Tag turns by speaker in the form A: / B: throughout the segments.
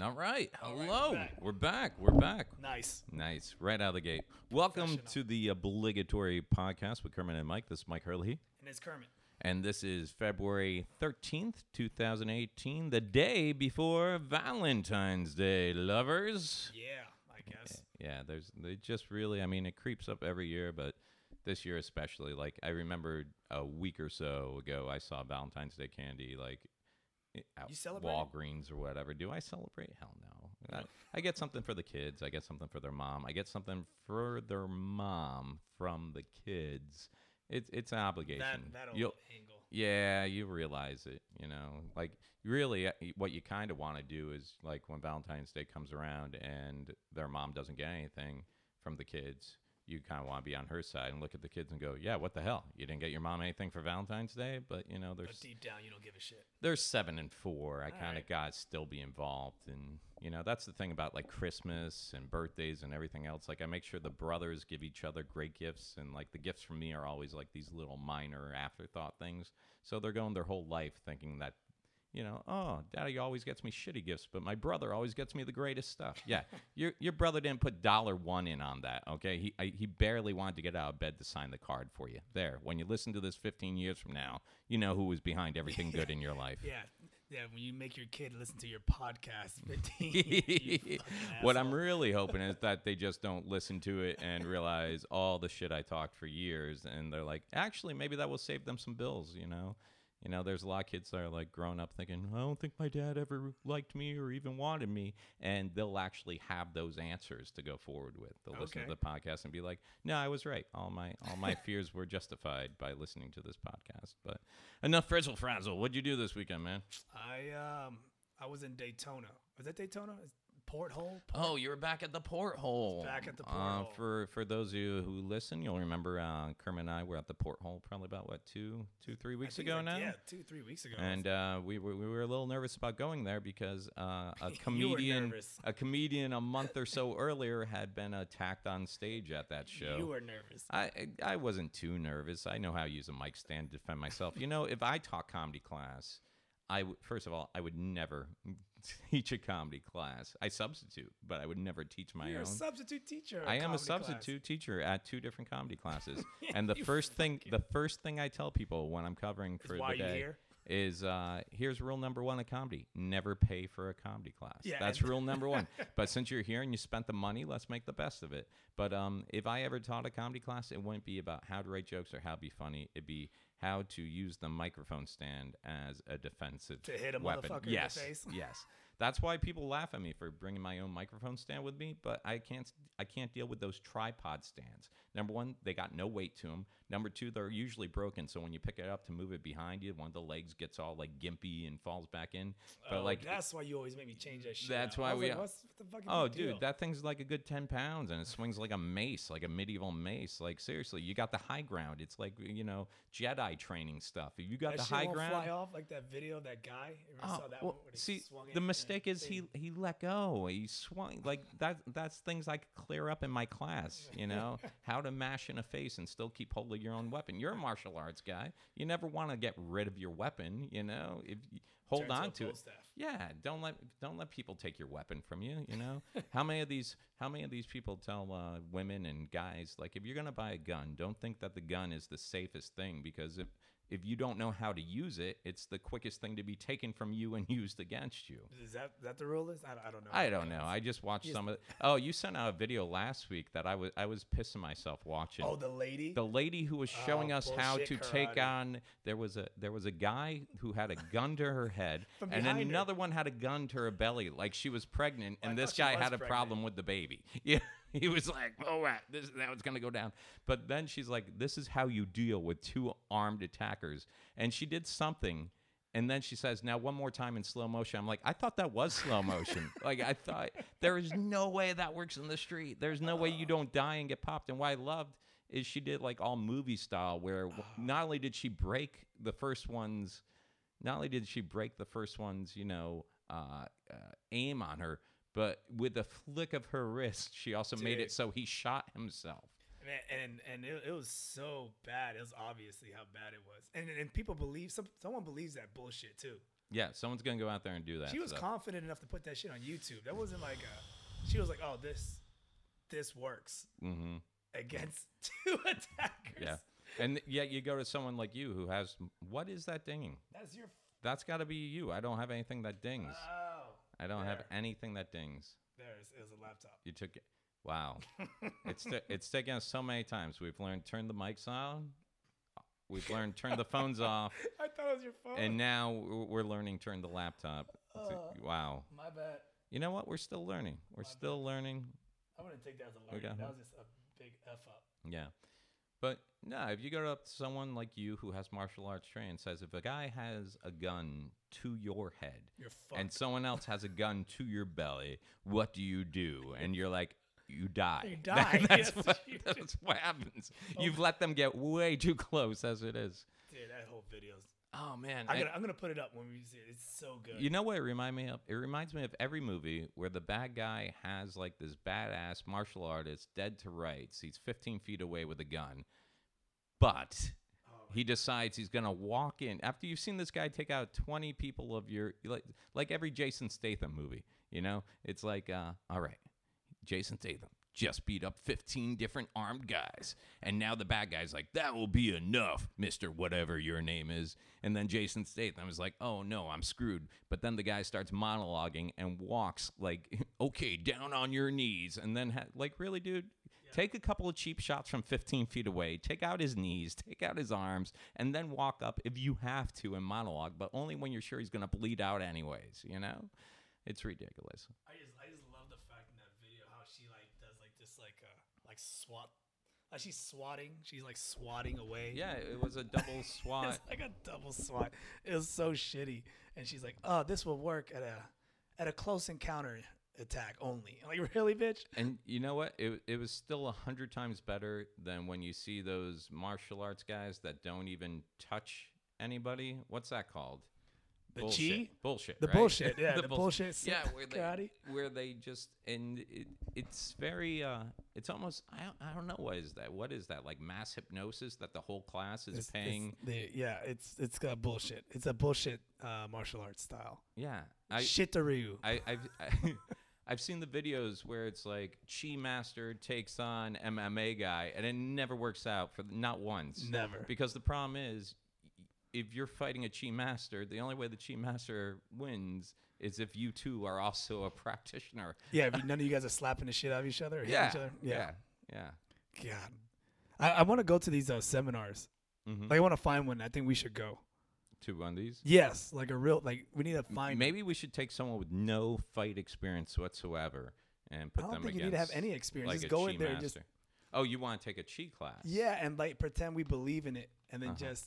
A: All right.
B: All right,
A: Hello.
B: we're back.
A: we're back. We're back.
B: Nice.
A: Nice. Right out of the gate. Welcome to
B: Professional.
A: the obligatory podcast with Kermit and Mike. This is Mike Hurley.
B: And it's Kermit.
A: And this is February 13th, 2018, the day before Valentine's Day, lovers.
B: Yeah, I guess.
A: Yeah, there's they just really I mean it creeps up every year, but this year especially like I remember a week or so ago I saw Valentine's Day candy like at
B: You celebrate?
A: Walgreens or whatever. Do I celebrate? Hell no. I, I get something for the kids. I get something for their mom. I get something for their mom from the kids. It's it's an obligation.
B: That that old
A: You'll-
B: angle.
A: yeah, you realize it, you know. Like really uh, what you kind of want to do is like when Valentine's Day comes around and their mom doesn't get anything from the kids, you kind of want to be on her side and look at the kids and go, "Yeah, what the hell? You didn't get your mom anything for Valentine's Day?" But, you know,
B: But
A: there's
B: deep down, you don't give a shit.
A: there's 7 and 4. I kind of
B: right.
A: got to still be involved and, you know, that's the thing about like Christmas and birthdays and everything else. Like I make sure the brothers give each other great gifts and like the gifts from me are always like these little minor afterthought things. So they're going their whole life thinking that you know, oh, daddy always gets me shitty gifts, but my brother always gets me the greatest stuff. Yeah, your your brother didn't put dollar one in on that. Okay, he I, he barely wanted to get out of bed to sign the card for you. There, when you listen to this 15 years from now, you know who was behind everything good in your life.
B: Yeah, yeah. When you make your kid listen to your podcast, fifteen. you fucking
A: what I'm
B: asshole.
A: really hoping is that they just don't listen to it and realize all the shit I talked for years, and they're like, actually, maybe that will save them some bills. You know, you know, there's a lot of kids that are like growing up thinking, I don't think my dad ever liked me or even wanted me, and they'll actually have those answers to go forward with. They'll listen to
B: Okay.
A: the podcast and be like, no, I was right. All my all my fears were justified by listening to this podcast. But enough frizzle frazzle. What'd you do this weekend, man?
B: I um I was in Daytona. Was that Daytona? Is- Porthole.
A: Oh, you were back at the porthole.
B: Back at the
A: Uh,
B: porthole.
A: for for those of you who listen, you'll remember uh, Kermit and I were at the porthole probably about what two, two, three
B: I
A: weeks
B: think
A: ago
B: like,
A: now.
B: Yeah, two three weeks ago.
A: And uh, we were we were a little nervous about going there because uh, a comedian
B: nervous.
A: a comedian a month or so earlier had been attacked on stage at that show.
B: you were nervous.
A: I I wasn't too nervous. I know how to use a mic stand to defend myself. You know, if I taught comedy class, I w- first of all I would never teach a comedy class. I substitute, but I would never teach my
B: You're
A: own.
B: a substitute teacher. at
A: I am a
B: comedy class.
A: substitute teacher at two different comedy classes, and the first thing the first thing I tell people when I'm covering for
B: why
A: the
B: you're
A: day
B: here?
A: is uh, here's rule number one of comedy: never pay for a comedy class.
B: Yeah,
A: that's
B: and-
A: rule number one. But since you're here and you spent the money, let's make the best of it. But um, if I ever taught a comedy class, it wouldn't be about how to write jokes or how to be funny. It'd be how to use the microphone stand as a defensive
B: To hit a
A: weapon.
B: motherfucker in the
A: yes,
B: face.
A: yes. That's why people laugh at me for bringing my own microphone stand with me, but I can't I can't deal with those tripod stands. Number 1, they got no weight to them. Number 2, they're usually broken, so when you pick it up to move it behind you, one of the legs gets all like gimpy and falls back in. But
B: Oh,
A: like
B: that's why you always make me change that shit.
A: That's
B: out.
A: why
B: I was
A: we-
B: Like, What's, what the fuck?
A: Oh, dude, that thing's like a good 10 pounds and it swings like a mace, like a medieval mace. Like, seriously, you got the high ground. It's like, you know, Jedi training stuff. If you got
B: that
A: the
B: shit
A: high
B: won't
A: ground.
B: fly off like that video of that guy. You ever saw
A: Oh,
B: that
A: well,
B: one? when he
A: see,
B: swung it
A: the
B: and
A: mistake is
B: thing?
A: he he let go. He swung like that. That's things I could clear up in my class. You know how to mash in a face and still keep hold of your own weapon. You're a martial arts guy. You never want to get rid of your weapon. You know if you hold
B: Turn to
A: on
B: a
A: to it.
B: pull-staff.
A: Yeah, don't let don't let people take your weapon from you. You know how many of these how many of these people tell uh, women and guys like if you're gonna buy a gun, don't think that the gun is the safest thing because if if you don't know how to use it, it's the quickest thing to be taken from you and used against you.
B: Is that is that the rule? Is I, don't- I don't know.
A: I don't know. I just watched some of. The, oh, you sent out a video last week that I was I was pissing myself watching.
B: Oh, the lady.
A: The lady who was showing
B: Oh,
A: us how to
B: bullshit
A: take
B: karate.
A: on there was a there was a guy who had a gun to her head
B: From
A: and
B: behind her.
A: another one had a gun to her belly like she was pregnant and
B: I
A: this
B: thought she
A: guy
B: was
A: had a
B: pregnant.
A: problem with the baby. Yeah. He was like, "Oh, right, this that was going to go down." But then she's like, "This is how you deal with two armed attackers." And she did something and then she says, "Now one more time in slow motion." I'm like, "I thought that was slow motion. like I thought there is no way that works in the street. There's no way you don't die and get popped." And what I loved is she did like all movie style, where w- not only did she break the first one's, not only did she break the first one's, you know, uh, uh, aim on her, but with a flick of her wrist, she also made it
B: Dude.
A: so he shot himself.
B: Man, and and it, it was so bad. It was obviously how bad it was. And and people believe some someone believes that bullshit too.
A: Yeah, someone's gonna go out there and do that.
B: She was
A: so-
B: confident enough to put that shit on YouTube. That wasn't like a. She was like, "Oh, this, this works
A: Mhm,
B: against two attackers."
A: yeah, and yet you go to someone like you who has what is that dinging?
B: That's your.
A: That's got to be you. I don't have anything that dings.
B: Oh.
A: I don't have
B: there.
A: anything that dings.
B: There's. It was a laptop.
A: You took it. Wow, it's ta- it's taken us so many times. We've learned turn the mics on. We've learned turn the phones off,
B: I thought it was your phone.
A: and now w- we're learning turn the laptop. It's a-
B: Uh.
A: wow.
B: my bad.
A: You know what? We're still learning. We're still learning.
B: I'm gonna take that as a
A: We
B: learning.
A: got
B: That
A: one.
B: was just a big f up.
A: Yeah. But no, if you go up to someone like you who has martial arts training and says, if a guy has a gun to your head
B: You're fucked.
A: and someone else has a gun to your belly, what do you do? And you're like, you die.
B: You
A: That-
B: die,
A: that's,
B: yes, Oh
A: what,
B: you do.
A: that's what happens. You've let them get way too close as it is.
B: Dude, that whole video's.
A: Oh, man.
B: I'm
A: and-
B: gonna, I'm gonna put it up when we see it. It's so good.
A: You know what it remind me of? It reminds me of every movie where the bad guy has like this badass martial artist dead to rights. He's 15 feet away with a gun, but he decides he's gonna walk in after you've seen this guy take out 20 people of your like like every Jason Statham movie. You know, it's like uh, all right, Jason Statham just beat up 15 different armed guys. And now the bad guy's like, that will be enough, Mr. Whatever your name is. And then Jason Statham is like, oh no, I'm screwed. But then the guy starts monologuing and walks like, okay, down on your knees. And then, ha- like, really, dude? Take a couple of cheap shots from 15 feet away, take out his knees, take out his arms, and then walk up if you have to and monologue, but only when you're sure he's going to bleed out, anyways, you know? It's ridiculous.
B: I just I just love the fact in that video how she like does like this like uh like swat like she's swatting she's like swatting away.
A: Yeah, it was a double swat.
B: It's like a double swat. It was so shitty. And she's like, "Oh, this will work at a at a close encounter attack only." I'm like, really, bitch?
A: And you know what? It, it was still a hundred times better than when you see those martial arts guys that don't even touch anybody. What's that called?
B: The
A: bullshit.
B: G?
A: Bullshit.
B: The
A: right?
B: bullshit, yeah, the
A: bull-
B: bullshit
A: Yeah, where they
B: karate.
A: where they just and it, it's very uh, it's almost I don't, I don't know what is that? What is that like mass hypnosis that the whole class is
B: It's-
A: paying?
B: it's the- yeah, it's it's got bullshit. It's a bullshit uh, martial arts style.
A: yeah, I,
B: Shitaryu.
A: I, I've I, I've seen the videos where it's like Chi Master takes on MMA guy, and it never works out for not once.
B: Never.
A: Because the problem is, y- if you're fighting a Chi Master, the only way the Chi Master wins is if you two are also a practitioner.
B: yeah, if you- none of you guys are slapping the shit out of each other. Or hitting Each other.
A: Yeah. Yeah.
B: God, I, I want to go to these uh, seminars.
A: Mhm.
B: Like, I want to find one. I think we should go.
A: Two undies.
B: Yes, like a real like we need to find.
A: Maybe we should take someone with no fight experience whatsoever and put
B: I don't
A: them
B: think you
A: against
B: need to have any experience.
A: like
B: just
A: a
B: go
A: Chi
B: in there and
A: Master.
B: just
A: oh, you want to take a Chi class?
B: yeah, and like pretend we believe in it, and then
A: Uh-huh.
B: just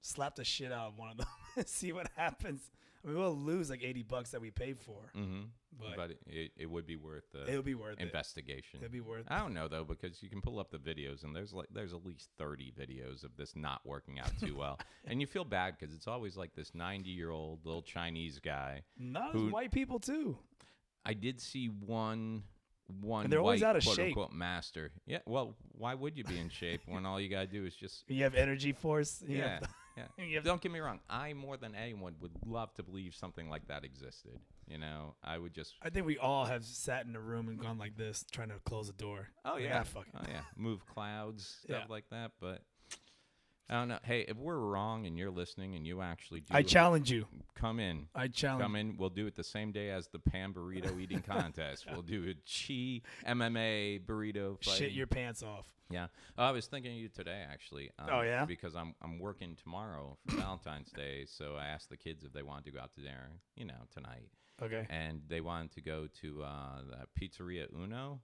B: slap the shit out of one of them and see what happens. I mean, we'll lose like eighty bucks that we paid for,
A: Mm-hmm.
B: but,
A: but uh, it, it would be worth
B: it
A: the
B: would be worth it.
A: investigation.
B: It'd be worth.
A: I don't know though because you can pull up the videos and there's like there's at least 30 videos of this not working out too well. and you feel bad cuz it's always like this 90-year-old little Chinese guy.
B: Not
A: Who-
B: as white people too.
A: I did see one one
B: they're always
A: white,
B: out of
A: quote
B: shape.
A: unquote master. Yeah, well, why would you be in shape when all you got to do is just
B: You have energy force. You
A: yeah.
B: have-
A: Yeah.
B: you have-
A: Don't get me wrong. I more than anyone would love to believe something like that existed. You know, I would just
B: I think we all have sat in a room and gone like this, trying to close the door.
A: Oh
B: Like,
A: yeah,
B: "Ah, fuck it.
A: Oh yeah, move clouds, stuff
B: Yeah.
A: like that. But I don't know. Hey, if we're wrong and you're listening and you actually do,
B: I challenge Um, you.
A: come in,
B: I challenge.
A: come in. We'll do it the same day as the pan burrito eating contest. We'll do a chi MMA burrito fight.
B: Shit your pants off.
A: yeah. Oh, I was thinking of you today actually. Um,
B: Oh, yeah?
A: because I'm I'm working tomorrow for Valentine's Day, so I asked the kids if they wanted to go out to dinner, you know, tonight
B: Okay.
A: and they wanted to go to uh, the pizzeria Uno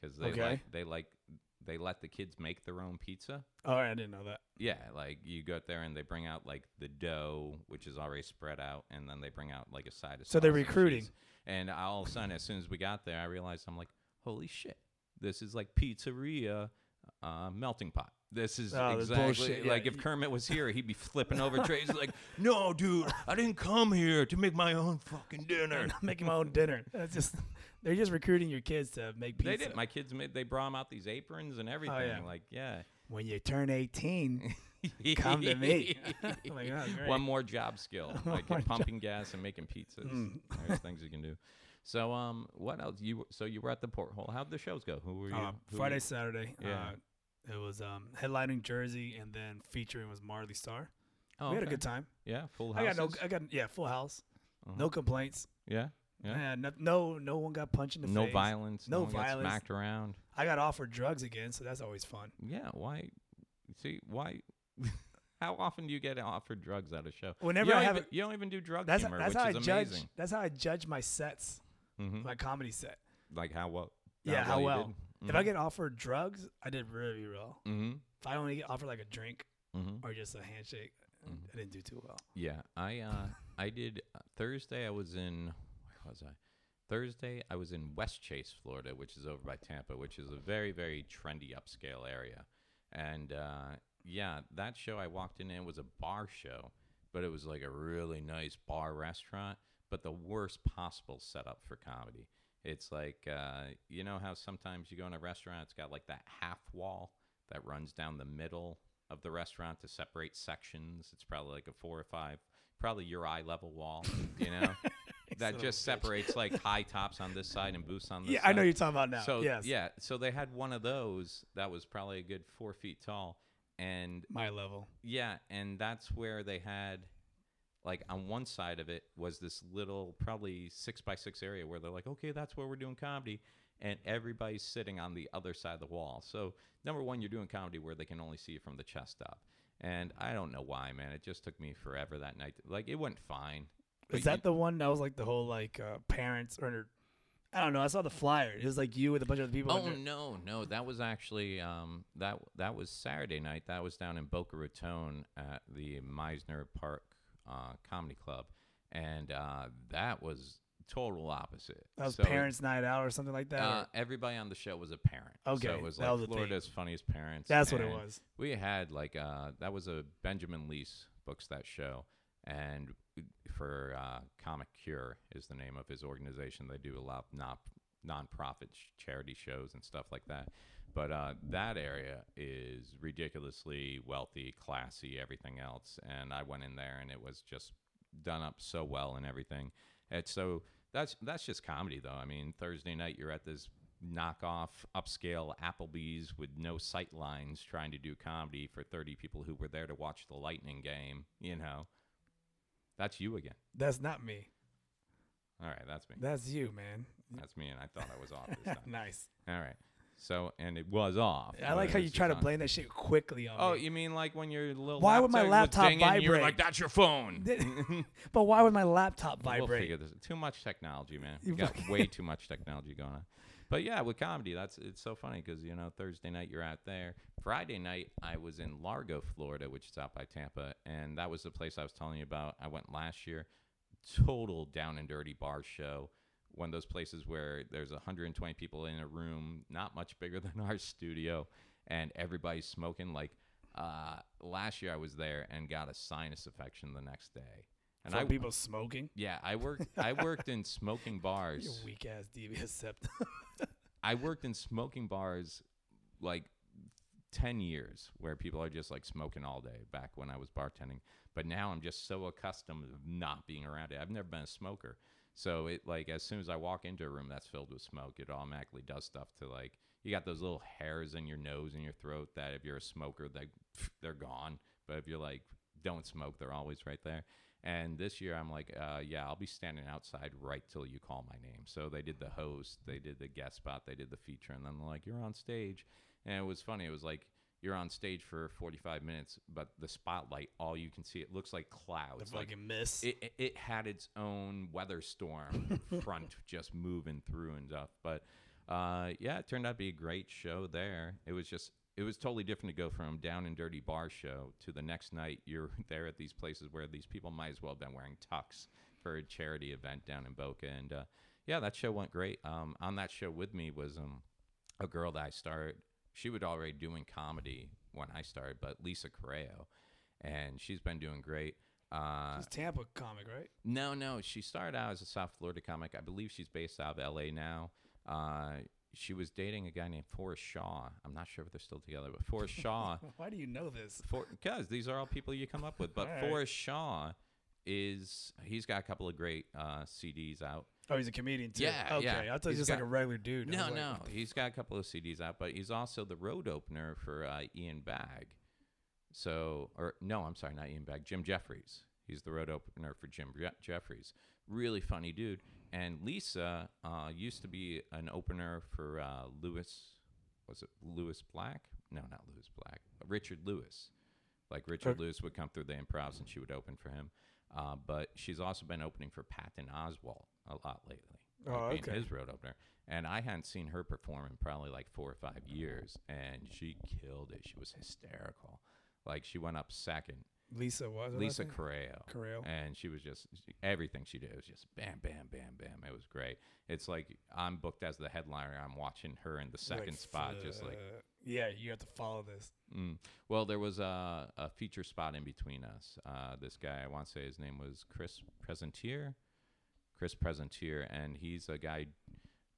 A: because they
B: Okay.
A: like they like they let the kids make their own pizza.
B: All right, I didn't know that.
A: Yeah, like you go out there and they bring out like the dough, which is already spread out, and then they bring out like a side of.
B: So they're
A: sauce and
B: recruiting.
A: cheese. And all of a sudden, as soon as we got there, I realized I'm like, holy shit, this is like pizzeria uh, melting pot. This is
B: Oh, this
A: exactly
B: bullshit, yeah.
A: like if Kermit was here, he'd be flipping over trays like, no, dude, I didn't come here to make my own fucking dinner.
B: I'm not making my own dinner. That's just they're just recruiting your kids to make pizza.
A: They did. My kids made. They brought 'em out these aprons and everything.
B: yeah.
A: Like, yeah,
B: when you turn 18, come to me. I'm like, oh, great.
A: One more job skill, like
B: more job. Mm.
A: pumping gas and making pizzas. There's things you can do. So, um, what else? You w- so you were at the porthole. How'd the shows go? Who were you?
B: Uh,
A: who were
B: Friday,
A: you-
B: Saturday.
A: Yeah.
B: Uh, it was um, headlining Jersey, and then featuring was Marley Starr.
A: Oh,
B: we had a
A: okay.
B: good time.
A: Yeah, full
B: I
A: house.
B: got no, uh, I got yeah, full house, no complaints.
A: yeah, Uh-huh. yeah.
B: Yeah, no, no, no one got punched in the
A: No
B: face.
A: violence.
B: No
A: one
B: violence.
A: Got smacked around.
B: I got offered drugs again, so that's always fun.
A: Yeah. Why? See why? How often do you get offered drugs at a show?
B: Whenever
A: you
B: I
A: don't
B: have
A: even, you don't even do drug
B: That's
A: humor,
B: that's
A: which
B: how I
A: is
B: judge.
A: amazing.
B: That's how I judge my sets,
A: Mhm.
B: my comedy set.
A: Like how well?
B: yeah, how
A: you
B: well.
A: did.
B: If I get offered drugs, I did really well.
A: Mhm,
B: If I only get offered like a drink
A: mhm, mhm.
B: or just a handshake,
A: Mm-hmm.
B: I didn't do too well.
A: Yeah, I uh, I did uh, Thursday. I was in where was I? Thursday, I was in West Chase, Florida, which is over by Tampa, which is a very very trendy upscale area. And uh, yeah, that show I walked in and it was a bar show, but it was like a really nice bar restaurant, but the worst possible setup for comedy. It's like uh, you know how sometimes you go in a restaurant, it's got like that half wall that runs down the middle of the restaurant to separate sections. It's probably like a four or five, probably your eye level wall, you know, that just separates like high tops on this side and booths on this.
B: Yeah, I know
A: side.
B: you're talking about now.
A: So
B: yes.
A: yeah, so they had one of those that was probably a good four feet tall, and
B: my level.
A: yeah, and that's where they had, like, on one side of it was this little, probably six by six area where they're like, okay, that's where we're doing comedy. And everybody's sitting on the other side of the wall. So, number one, you're doing comedy where they can only see you from the chest up. And I don't know why, man. It just took me forever that night. Like, it went fine. but
B: Is that the one that was like the whole like uh, parents or I don't know. I saw the flyer. It was like you with a bunch of other people.
A: Oh
B: and they're-
A: no, no, that was actually um, that that was Saturday night. That was down in Boca Raton at the Meisner Park uh, Comedy Club, and uh, that was total opposite.
B: that was
A: So,
B: parents' night out or something like that. or-
A: Uh, everybody on the show was a parent. so
B: Okay,
A: it was
B: that
A: like
B: was the thing.
A: Florida's funniest parents.
B: That's what it
A: and
B: was.
A: We had like uh, that was a Benjamin Lease books that show, and for uh, Comic Cure is the name of his organization. They do a lot of non nonprofit sh- charity shows and stuff like that. But uh, that area is ridiculously wealthy, classy, everything else. And I went in there, and it was just done up so well and everything. And so that's that's just comedy, though. I mean, Thursday night you're at this knockoff upscale Applebee's with no sight lines, trying to do comedy for 30 people who were there to watch the Lightning game. You know, that's you again.
B: That's not me.
A: All right, that's me.
B: That's you, man.
A: That's me, and I thought I was off this time.
B: nice.
A: All right. So, and it was off.
B: I like
A: but
B: how
A: it
B: you
A: was
B: try
A: just
B: to
A: on.
B: blame that shit quickly on
A: Oh,
B: me.
A: you mean like when your little
B: Why would my
A: laptop was
B: laptop
A: dinging, You were like,
B: vibrate?
A: "That's your phone."
B: but why would my laptop vibrate?
A: We'll figure this. Too much technology, man. We
B: You
A: got
B: fucking-
A: way too much technology going on. But yeah, with comedy, that's it's so funny because you know Thursday night you're out there. Friday night I was in Largo, Florida, which is out by Tampa, and that was the place I was telling you about. I went last year. Total down and dirty bar show. One of those places where there's 120 people in a room, not much bigger than our studio, and everybody's smoking. Like uh, last year, I was there and got a sinus infection the next day. And
B: From
A: I
B: people smoking.
A: yeah, I worked. I worked in smoking
B: You
A: bars.
B: weak ass devious septum.
A: I worked in smoking bars, like ten years, where people are just like smoking all day. Back when I was bartending, but now I'm just so accustomed of not being around it. I've never been a smoker, so it like as soon as I walk into a room that's filled with smoke, it automatically does stuff to like you got those little hairs in your nose and your throat that if you're a smoker, they they're gone. But if you're like don't smoke, they're always right there. And this year, I'm like, uh, yeah, I'll be standing outside right till you call my name. So they did the host, they did the guest spot, they did the feature, and then they're like, you're on stage. And it was funny. It was like, you're on stage for 45 minutes, but the spotlight, all you can see, it looks like clouds. like
B: Fucking miss.
A: it, it- it had its own weather storm front just moving through and stuff. But uh, yeah, it turned out to be a great show there. It was just, it was totally different to go from down and dirty bar show to the next night you're there at these places where these people might as well have been wearing tux for a charity event down in Boca. And uh, yeah, that show went great. Um, on that show with me was um, a girl that I started. She was already doing comedy when I started, but Lisa Correo. And she's been doing great. Uh,
B: It's Tampa comic, right?
A: no, no. She started out as a South Florida comic. I believe she's based out of LA now. Uh, she was dating a guy named Forrest Shaw. I'm not sure if they're still together, but Forrest Shaw,
B: Why do you know this?
A: because these are all people you come up with. But
B: All right.
A: Forrest Shaw is he's got a couple of great uh, CDs out.
B: Oh, he's a comedian too.
A: Yeah,
B: Okay,
A: yeah.
B: I thought he was
A: He's
B: just like
A: got-
B: a regular dude. I
A: No,
B: was like,
A: no, he's got a couple of CDs out, but he's also the road opener for uh, Ian Bagg. So, or no, I'm sorry, not Ian Bagg, Jim Jeffries. He's the road opener for Jim Je- Jeffries. Really funny dude. And Lisa uh, used to be an opener for uh, Lewis. Was it Lewis Black? No, not Lewis Black. Richard Lewis. Like Richard Lewis would come through the improvs and she would open for him. Uh, but she's also been opening for Patton Oswalt a lot lately. like
B: Oh,
A: being
B: okay.
A: His road opener. And I hadn't seen her perform in probably like four or five years. And she killed it. She was hysterical. Like she went up second.
B: Lisa was her
A: Lisa
B: last name?
A: Correo.
B: Correo.
A: And she was just everything she did was just bam, bam, bam, bam. It was great. It's like I'm booked as the headliner. I'm watching her in the
B: Like,
A: second spot, just like
B: uh, yeah, you have to follow this.
A: Mm. Well, there was a, a feature spot in between us. Uh, this guy, I want to say his name was Chris Presentier. Chris Presentier, and he's a guy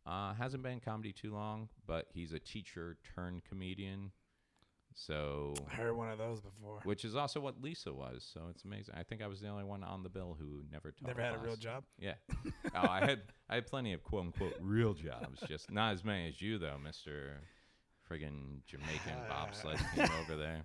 A: uh, hasn't been in comedy too long, but he's a teacher turned comedian. So,
B: I heard one of those before.
A: which is also what Lisa was. So it's amazing. I think I was the only one on the bill who never taught.
B: Never had a real
A: class.
B: job.
A: Yeah. Oh, I had I had plenty of quote unquote real jobs, just not as many as you though, Mister. Friggin' Jamaican bobsled team over there.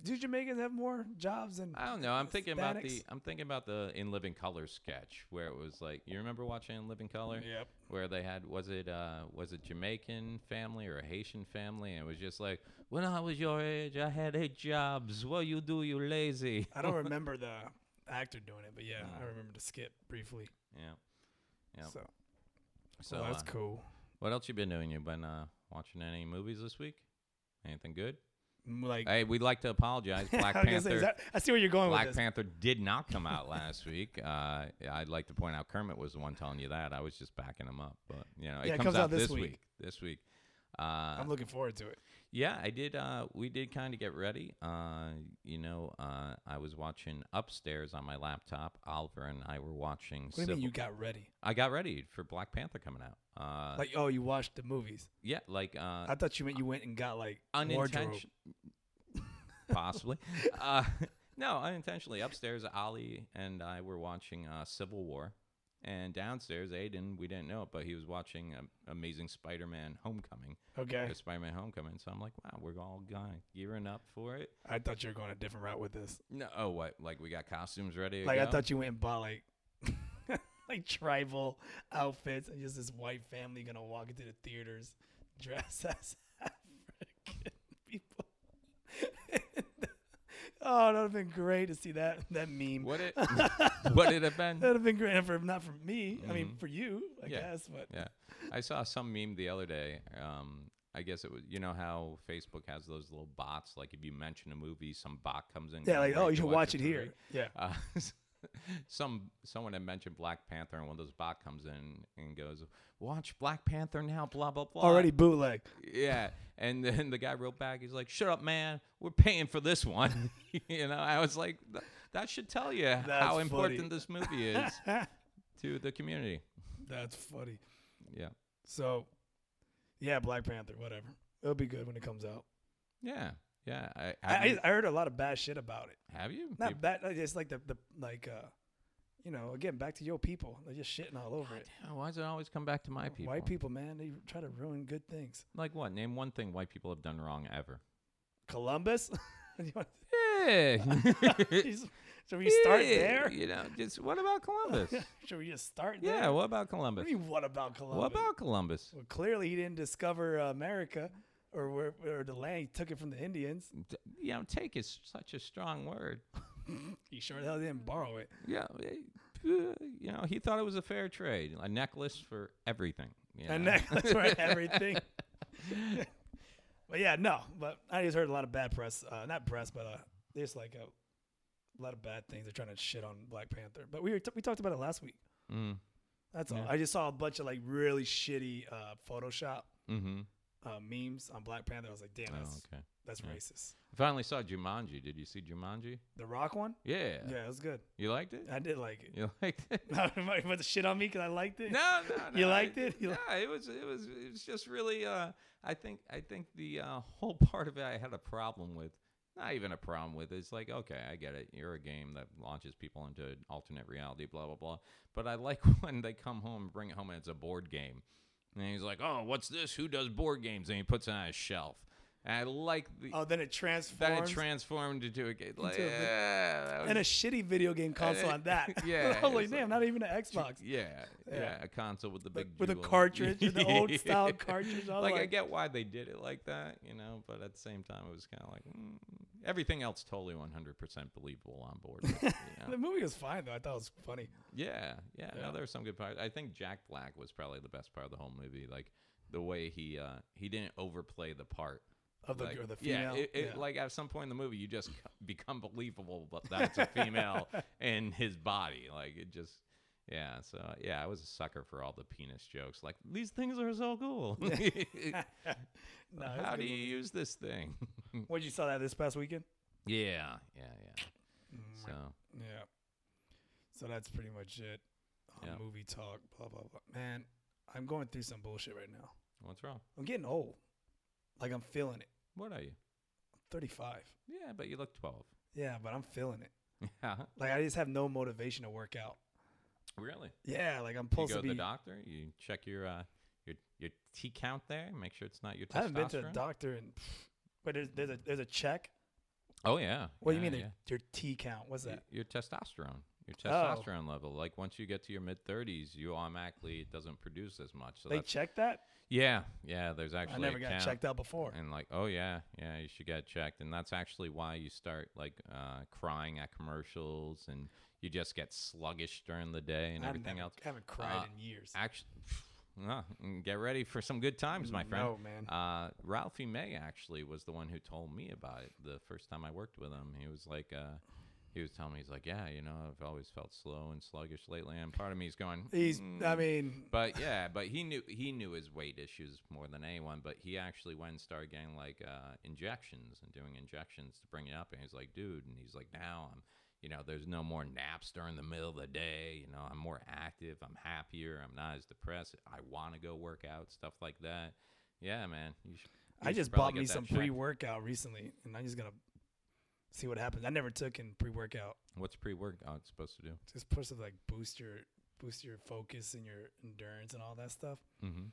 B: Do Jamaicans have more jobs than
A: I don't know. I'm thinking about the
B: Hispanics?
A: I'm thinking about the In Living Color sketch where it was like you remember watching In Living Color?
B: Yep.
A: Where they had was it uh was it Jamaican family or a Haitian family and it was just like when I was your age I had eight jobs. What you do, you lazy.
B: I don't remember the actor doing it, but yeah, I remember the skip briefly.
A: Yeah. Yeah.
B: So,
A: So
B: well, that's
A: uh,
B: cool.
A: what else you been doing? You been uh watching any movies this week? Anything good?
B: M- Like
A: Hey, we'd like to apologize. Black
B: I was gonna say,
A: Panther
B: is that- I see where you're going
A: Black
B: with Oh, this.
A: Panther did not come out last week. Uh, I'd like to point out Kermit was the one telling you that. I was just backing him up, but you know, it, comes, out, this week. This week. Uh,
B: I'm looking forward to it.
A: yeah, I did. Uh, we did kind of get ready. Uh, you know, uh, I was watching upstairs on my laptop. Oliver and I were watching.
B: What do you mean
A: Civil-
B: you got ready?
A: I got ready for Black Panther coming out. Uh,
B: Like, oh, you watched the movies.
A: yeah, like uh,
B: I thought you meant you went and got like wardrobe.
A: unintentionally, possibly. uh, no, unintentionally. Upstairs, Ali and I were watching uh, Civil War, and downstairs, Aiden, we didn't know it, but he was watching um, Amazing Spider-Man: Homecoming.
B: Okay.
A: or Spider-Man: Homecoming. So I'm like, wow, we're all going gearing up for it.
B: I thought you were going a different route with this.
A: No, oh what? Like we got costumes ready. To
B: Like I
A: go?
B: thought you went and bought like like tribal outfits and just this white family gonna walk into the theaters dressed as African people. oh, that'd have been great to see that that meme.
A: What it? what it have been?
B: That'd have been great for not for me. I mean, for you, I
A: Yeah.
B: guess. But
A: Yeah, I saw some meme the other day. Um, I guess it was you know how Facebook has those little bots. Like if you mention a movie, some bot comes in.
B: yeah,
A: going,
B: like
A: "Wait,
B: oh, you should watch
A: for
B: it here.
A: free."
B: Yeah.
A: Uh, some someone had mentioned Black Panther, and one of those bot comes in and goes, "Watch Black Panther now." Blah blah blah.
B: Already bootleg.
A: Yeah, and then the guy wrote back. He's like, "Shut up, man. We're paying for this one." you know, I was like, "Th- "That should tell you how
B: funny.
A: important this movie is to the community."
B: That's funny.
A: Yeah.
B: So, yeah, Black Panther. Whatever. It'll be good when it comes out.
A: Yeah, yeah. I, have,
B: I,
A: you,
B: I heard a lot of bad shit about it.
A: have you?
B: Not
A: People-
B: bad. like, It's like the the like uh, you know, again back to your people. They're just shitting all over it.
A: Damn, why does it always come back to my people?
B: White people, man, they try to ruin good things.
A: Like what? Name one thing white people have done wrong ever.
B: Columbus. You want-
A: Yeah.
B: Should we start
A: Yeah,
B: there?
A: You know, just what about Columbus?
B: Should we just start there?
A: yeah, what about
B: What
A: Columbus?
B: do you mean? What about Columbus?
A: What about Columbus?
B: Well, clearly he didn't discover uh, America or where or the land. He took it from the Indians.
A: D- You know, take is such a strong word.
B: He sure the hell didn't borrow it.
A: Yeah, eh, you know, he thought it was a fair trade. A necklace for everything. You know?
B: And that goes for everything. but yeah, no. But I just heard a lot of bad press. Uh, not press, but uh, there's like a, lot of bad things. They're trying to shit on Black Panther. But we were t- we talked about it last week.
A: Mm,
B: That's all.
A: Yeah.
B: I just saw a bunch of like really shitty uh, Photoshop
A: mm-hmm.
B: uh, memes on Black Panther. I was like, damn,
A: Oh,
B: that's
A: okay.
B: that's
A: yeah.
B: racist.
A: I finally saw Jumanji. Did you see Jumanji?
B: The Rock one,
A: Yeah.
B: yeah. it was good.
A: You liked it?
B: I did like it.
A: You liked it?
B: you put the shit on me because I liked it.
A: No, no, no.
B: You liked
A: I-
B: it? You li-
A: yeah, it was, it was, it was just really. Uh, I think, I think the uh, whole part of it, I had a problem with. Not even a problem with. It's like, okay, I get it. You're a game that launches people into an alternate reality, blah blah blah. But I like when they come home and bring it home and it's a board game. And he's like, oh, what's this? Who does board games? And he puts it on a shelf. And I like the.
B: Oh, then
A: that
B: it
A: it
B: transforms
A: transformed into a game. Like,
B: a vid-
A: yeah, that was
B: and a shitty video game console on that.
A: Uh, Yeah,
B: I was like,
A: it's
B: damn,
A: like-
B: not even an Xbox.
A: Yeah, yeah,
B: Yeah.
A: a console with the
B: Like,
A: big
B: with a
A: jewel.
B: cartridge, with the old style cartridge, I was
A: like, I
B: like-
A: get why they did it like that, you know, but at the same time, it was kind of like mm, everything else totally 100 percent believable on board. with it, you know?
B: The movie was fine though. I thought it was funny.
A: yeah, yeah,
B: Yeah.
A: No, there were some good parts. I think Jack Black was probably the best part of the whole movie. Like the way he uh he didn't overplay the part.
B: Of the
A: like,
B: girl, the
A: yeah,
B: female.
A: it, it, like at some point in the movie, you just c- become believable but that's a female in his body. Like it just, yeah. So yeah, I was a sucker for all the penis jokes. Like these things are so cool.
B: no, it was
A: How
B: a
A: do
B: good
A: you
B: movie.
A: use this thing?
B: What you saw that this past weekend?
A: yeah, yeah, yeah.
B: Mm,
A: So
B: Yeah. So that's pretty much it. on
A: Yeah.
B: Movie talk, blah blah blah. Man, I'm going through some bullshit right now.
A: what's wrong?
B: I'm getting old. Like I'm feeling it.
A: What are you?
B: I'm 35.
A: Yeah, but you look twelve.
B: Yeah, but I'm feeling it.
A: Yeah,
B: Like I just have no motivation to work out.
A: really.
B: Yeah, like I'm
A: You
B: supposed
A: go to
B: to be.
A: the doctor. You check your uh, your your T count there. Make sure it's not your testosterone.
B: I haven't been to the doctor and. But there's there's a there's a check.
A: Oh yeah.
B: What do
A: yeah,
B: you mean
A: yeah.
B: your, your T count? What's
A: Y-
B: that?
A: Your testosterone. Your
B: Oh.
A: testosterone level. Like once you get to your mid 30s, you automatically it doesn't produce as much. So
B: they
A: that's,
B: check that?
A: yeah, yeah. There's actually
B: I never
A: a
B: got
A: count.
B: checked out before.
A: And like, oh yeah, yeah, you should get checked. And that's actually why you start like uh, crying at commercials, and you just get sluggish during the day and
B: I've
A: everything
B: never-
A: else.
B: I haven't cried
A: Uh,
B: in years.
A: Actually, get ready for some good times, my friend.
B: Mm, No, man.
A: Uh, Ralphie May actually was the one who told me about it the first time I worked with him. He was like, uh, he was telling me, he's like, yeah, you know, I've always felt slow and sluggish lately, and part of me is going,
B: He's.
A: "Mm."
B: I mean.
A: but yeah, but he knew he knew his weight issues more than anyone. But he actually went and started getting like uh, injections and doing injections to bring it up. And he's like, dude, and he's like, now I'm, you know, there's no more naps during the middle of the day. You know, I'm more active. I'm happier. I'm not as depressed. I want to go work out, stuff like that. Yeah, man. You should, you
B: I
A: should
B: just
A: probably
B: bought
A: get
B: me
A: that
B: some
A: checked.
B: pre workout recently, and I'm just gonna see what happens. I never took in pre workout.
A: What's pre workout supposed to do?
B: Just supposed to like boost your boost your focus and your endurance and all that stuff.
A: Mm-hmm.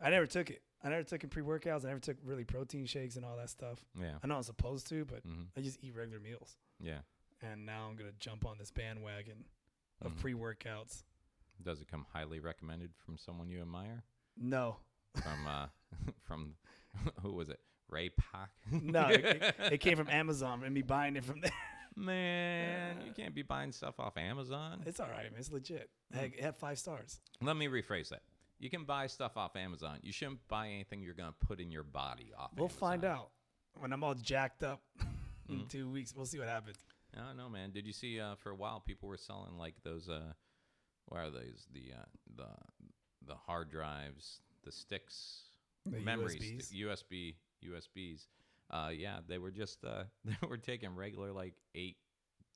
B: I never took it. I never took in pre workouts. I never took really protein shakes and all that stuff.
A: Yeah.
B: I know I'm supposed to, but
A: hmm
B: I just eat regular meals.
A: Yeah.
B: And now I'm gonna jump on this bandwagon of
A: Mhm.
B: pre workouts.
A: Does it come highly recommended from someone you admire?
B: No,
A: from uh from who was it? Ray Pak.
B: no, it, it- it came from Amazon and me buying it from there.
A: Man, you can't be buying stuff off Amazon.
B: It's all right, man. It's legit. Heck,
A: Mm.
B: It had five stars.
A: Let me rephrase that. You can buy stuff off Amazon. You shouldn't buy anything you're gonna put in your body off.
B: We'll find
A: Amazon. Mm.
B: out when I'm all jacked up in two weeks. We'll see what happens.
A: I don't know, man. Did you see uh, for a while people were selling like those uh, what are those? The uh, the the hard drives, the sticks,
B: The
A: memory
B: USBs?
A: sti- USB USBs. Uh, yeah, they were just uh, they were taking regular like eight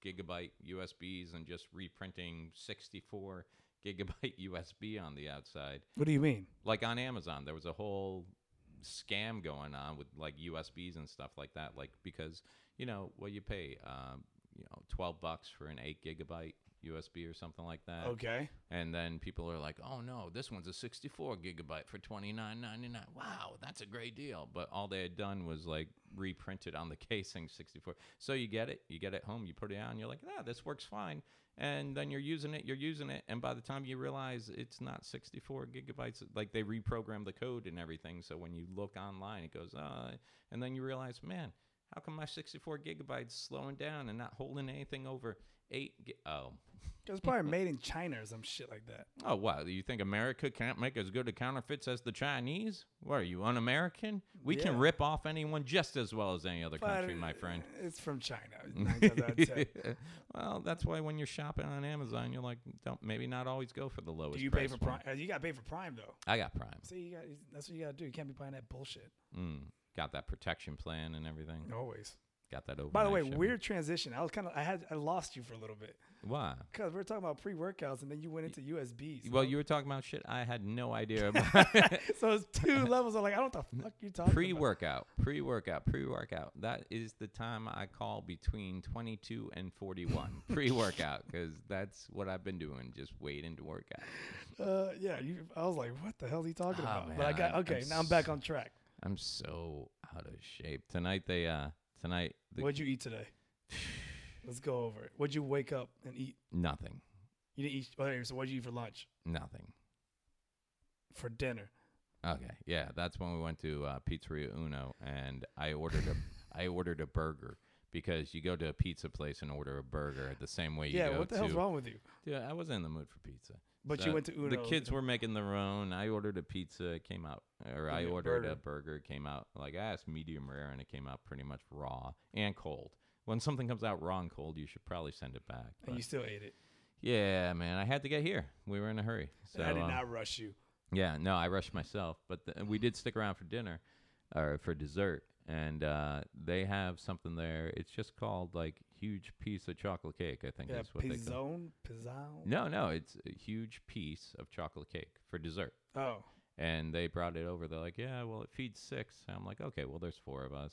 A: gigabyte USBs and just reprinting sixty four gigabyte USB on the outside.
B: What do you mean?
A: Like on Amazon, there was a whole scam going on with like USBs and stuff like that. Like because you know what you pay, um, you know, twelve bucks for an eight gigabyte USB or something like that.
B: Okay.
A: And then people are like, "Oh no, this one's a 64 gigabyte for 29.99. Wow, that's a great deal." But all they had done was like reprint it on the casing 64. So you get it, you get it home, you put it on, you're like, "Ah, this works fine." And then you're using it, you're using it, and by the time you realize it's not 64 gigabytes, like they reprogrammed the code and everything. So when you look online, it goes, "Uh," and then you realize, man. How come my 64 gigabytes slowing down and not holding anything over? Eight. Ga- oh.
B: It was probably made in China or some shit like that.
A: Oh wow! You think America can't make as good a counterfeits as the Chinese? What are you, un-American? We can
B: Yeah.
A: rip off anyone just as well as any other country,
B: But
A: my friend.
B: It's from China. nine times out of ten.
A: well, that's why when you're shopping on Amazon, you're like, don't maybe not always go for the lowest.
B: Do you pay
A: price
B: for
A: one.
B: Prime? uh, You got to pay for Prime though.
A: I got Prime.
B: See, you got that's what you got to do. You can't be buying that bullshit.
A: Mm, got that protection plan and everything.
B: Always.
A: Got that over.
B: By the way, weird transition. I was kind of I had I lost you for a little bit
A: Why?
B: because we were talking about pre workouts and then you went into USBs.
A: Well, you were talking about shit. I had no idea about.
B: so it's two levels. I'm like, I don't know what the fuck you talking
A: pre
B: about.
A: workout, pre workout, pre workout. That is the time I call between 22 and 41. pre workout, because that's what I've been doing, just waiting to work out.
B: Uh, yeah, you, I was like, what the hell is he talking
A: Oh,
B: about?
A: man,
B: but I got
A: I'm-
B: okay.
A: I'm
B: now I'm back on track.
A: I'm so out of shape. Tonight, they, uh, tonight, the,
B: What'd you eat today? Let's go over it. What'd you wake up and eat?
A: nothing,
B: You didn't eat. Okay, so what'd you eat for lunch?
A: nothing.
B: For dinner?
A: Okay, yeah, that's when we went to uh, Pizzeria Uno, and I ordered a, I ordered a burger because you go to a pizza place and order a burger the same way you
B: yeah.
A: go
B: What the
A: to.
B: hell's wrong with you?
A: Dude, I wasn't in the mood for pizza.
B: But
A: So
B: you went to Uno.
A: The kids were making their own. I ordered a pizza, it came out, or I
B: you a
A: ordered a
B: burger.
A: burger, it came out like I asked medium rare, and it came out pretty much raw and cold. When something comes out raw and cold, you should probably send it back.
B: and you
A: but-
B: still ate it.
A: yeah, man, I had to get here. We were in a hurry, so
B: And I did
A: um,
B: not rush you.
A: yeah, no, I rushed myself, but th- we did stick around for dinner or for dessert, and uh, they have something there. It's just called like huge piece of chocolate cake. I think
B: Yeah,
A: that's what they call.
B: pizzone, pizzone.
A: No, no, it's a huge piece of chocolate cake for dessert.
B: Oh,
A: and they brought it over. They're like, yeah, well, it feeds six. And I'm like, okay, well, there's four of us,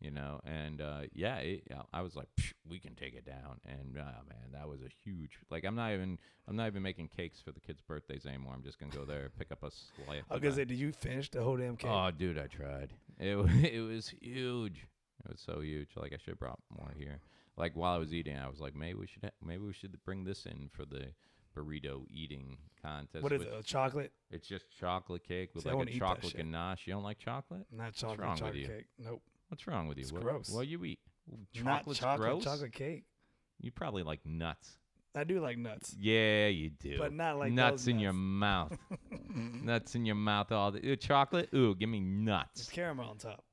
A: you know, and uh, yeah, it, yeah, I was like, "Psh, we can take it down. And uh, man, that was a huge. Like, I'm not even, I'm not even making cakes for the kids' birthdays anymore. I'm just gonna go there, pick up a slice.
B: I was
A: of
B: gonna
A: that.
B: say, did you finish the whole damn cake?
A: oh, dude, I tried. It, wa- it was huge. It was so huge. Like, I should have brought more here. Like while I was eating, I was like, maybe we should, ha- maybe we should bring this in for the burrito eating contest.
B: what is
A: which-
B: it? A chocolate?
A: it's just chocolate cake with
B: See, I
A: like
B: wanna
A: a
B: eat that
A: chocolate
B: shit.
A: ganache. You don't like chocolate?
B: Not chocolate.
A: wrong with
B: chocolate
A: you?
B: cake. Nope.
A: What's wrong with you?
B: It's
A: what,
B: gross.
A: What you eat?
B: not
A: Chocolate's
B: chocolate.
A: gross.
B: Chocolate cake.
A: You probably like nuts.
B: I do like nuts.
A: Yeah, you do.
B: But not like
A: nuts
B: those
A: in your
B: nuts.
A: mouth. nuts in your mouth all the Ooh, chocolate. Ooh, give me
B: It's
A: nuts.
B: caramel on top.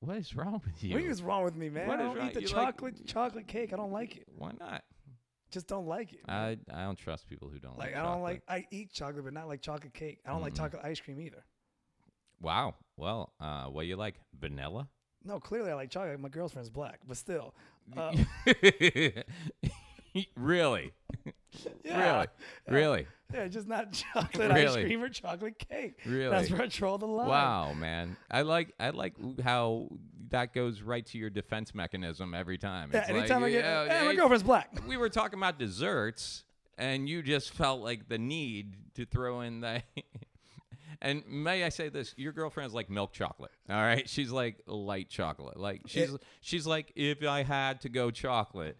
A: What is wrong with you?
B: What is wrong with me, man?
A: What
B: I
A: is
B: don't
A: wrong-
B: eat the
A: you like-
B: chocolate chocolate cake. I don't like it.
A: Why not?
B: Just don't like it. man.
A: I I don't trust people who don't
B: like
A: like.
B: I don't
A: chocolate. Mm-hmm.
B: like. I eat chocolate, but not like chocolate cake. I don't like
A: Mm-mm.
B: chocolate ice cream either.
A: Wow. Well, uh, what you like? Vanilla.
B: No, clearly I like chocolate. My girlfriend's black, but still. Uh,
A: really?
B: yeah,
A: Really? Really?
B: Yeah, just not chocolate ice
A: Really?
B: cream or chocolate cake.
A: Really?
B: That's where I draw the line.
A: Wow, man. I like I like how that goes right to your defense mechanism every time.
B: Yeah,
A: It's like,
B: anytime I get,
A: yeah,
B: hey, my
A: yeah,
B: girlfriend's black.
A: We were talking about desserts and you just felt like the need to throw in the And may I say this, your girlfriend's like milk chocolate. All right? She's like light chocolate. Like
B: Eh.
A: she's she's like if I had to go chocolate.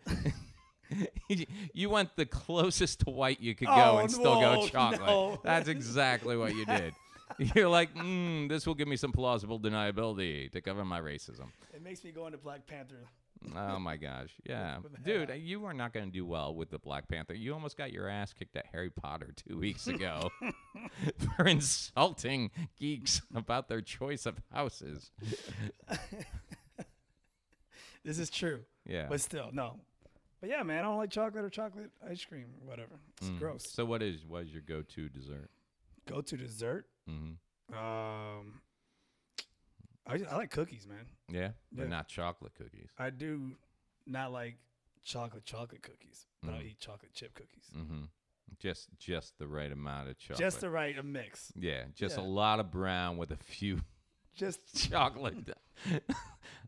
A: you went the closest to white you could go
B: Oh,
A: and still go
B: no,
A: chocolate.
B: no.
A: That's exactly what you did. You're like, mm, this will give me some plausible deniability to cover my racism.
B: It makes me go into Black Panther.
A: Oh my gosh, yeah, dude, you are not going to do well with the Black Panther. You almost got your ass kicked at Harry Potter two weeks ago for insulting geeks about their choice of houses.
B: This is true,
A: Yeah.
B: but still, no. But yeah, man, I don't like chocolate or chocolate ice cream, whatever. It's
A: Mm.
B: gross.
A: So what is what is your go-to dessert?
B: go to dessert.
A: hmm
B: Um, I, I like cookies, man.
A: Yeah, but
B: Yeah.
A: not chocolate cookies.
B: I do not like chocolate chocolate cookies, but I'll
A: Mhm.
B: eat chocolate chip cookies.
A: hmm Just just the right amount of chocolate.
B: Just the right a mix.
A: Yeah, just a
B: Yeah.
A: lot of brown with a few
B: Just
A: chocolate.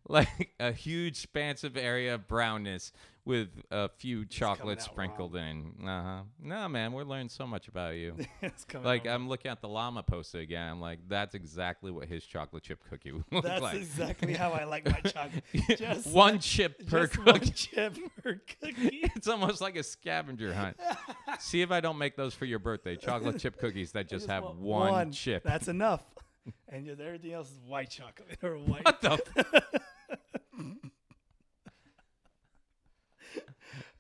A: like a huge expansive area of brownness with a few chocolate
B: out raw.
A: sprinkled in. Uh-huh. No, man, we're learning so much about you.
B: it's coming
A: like
B: out.
A: I'm looking at the llama poster again. I'm like, that's exactly what his chocolate chip cookie would look
B: That's
A: like.
B: exactly how I like my chocolate. Just
A: one chip per
B: just
A: cookie.
B: one chip per cookie.
A: It's almost like a scavenger hunt. See if I don't make those for your birthday. Chocolate chip cookies that just,
B: Just
A: have
B: want
A: one, chip.
B: That's enough. And yet everything else is white chocolate or white.
A: what the? f-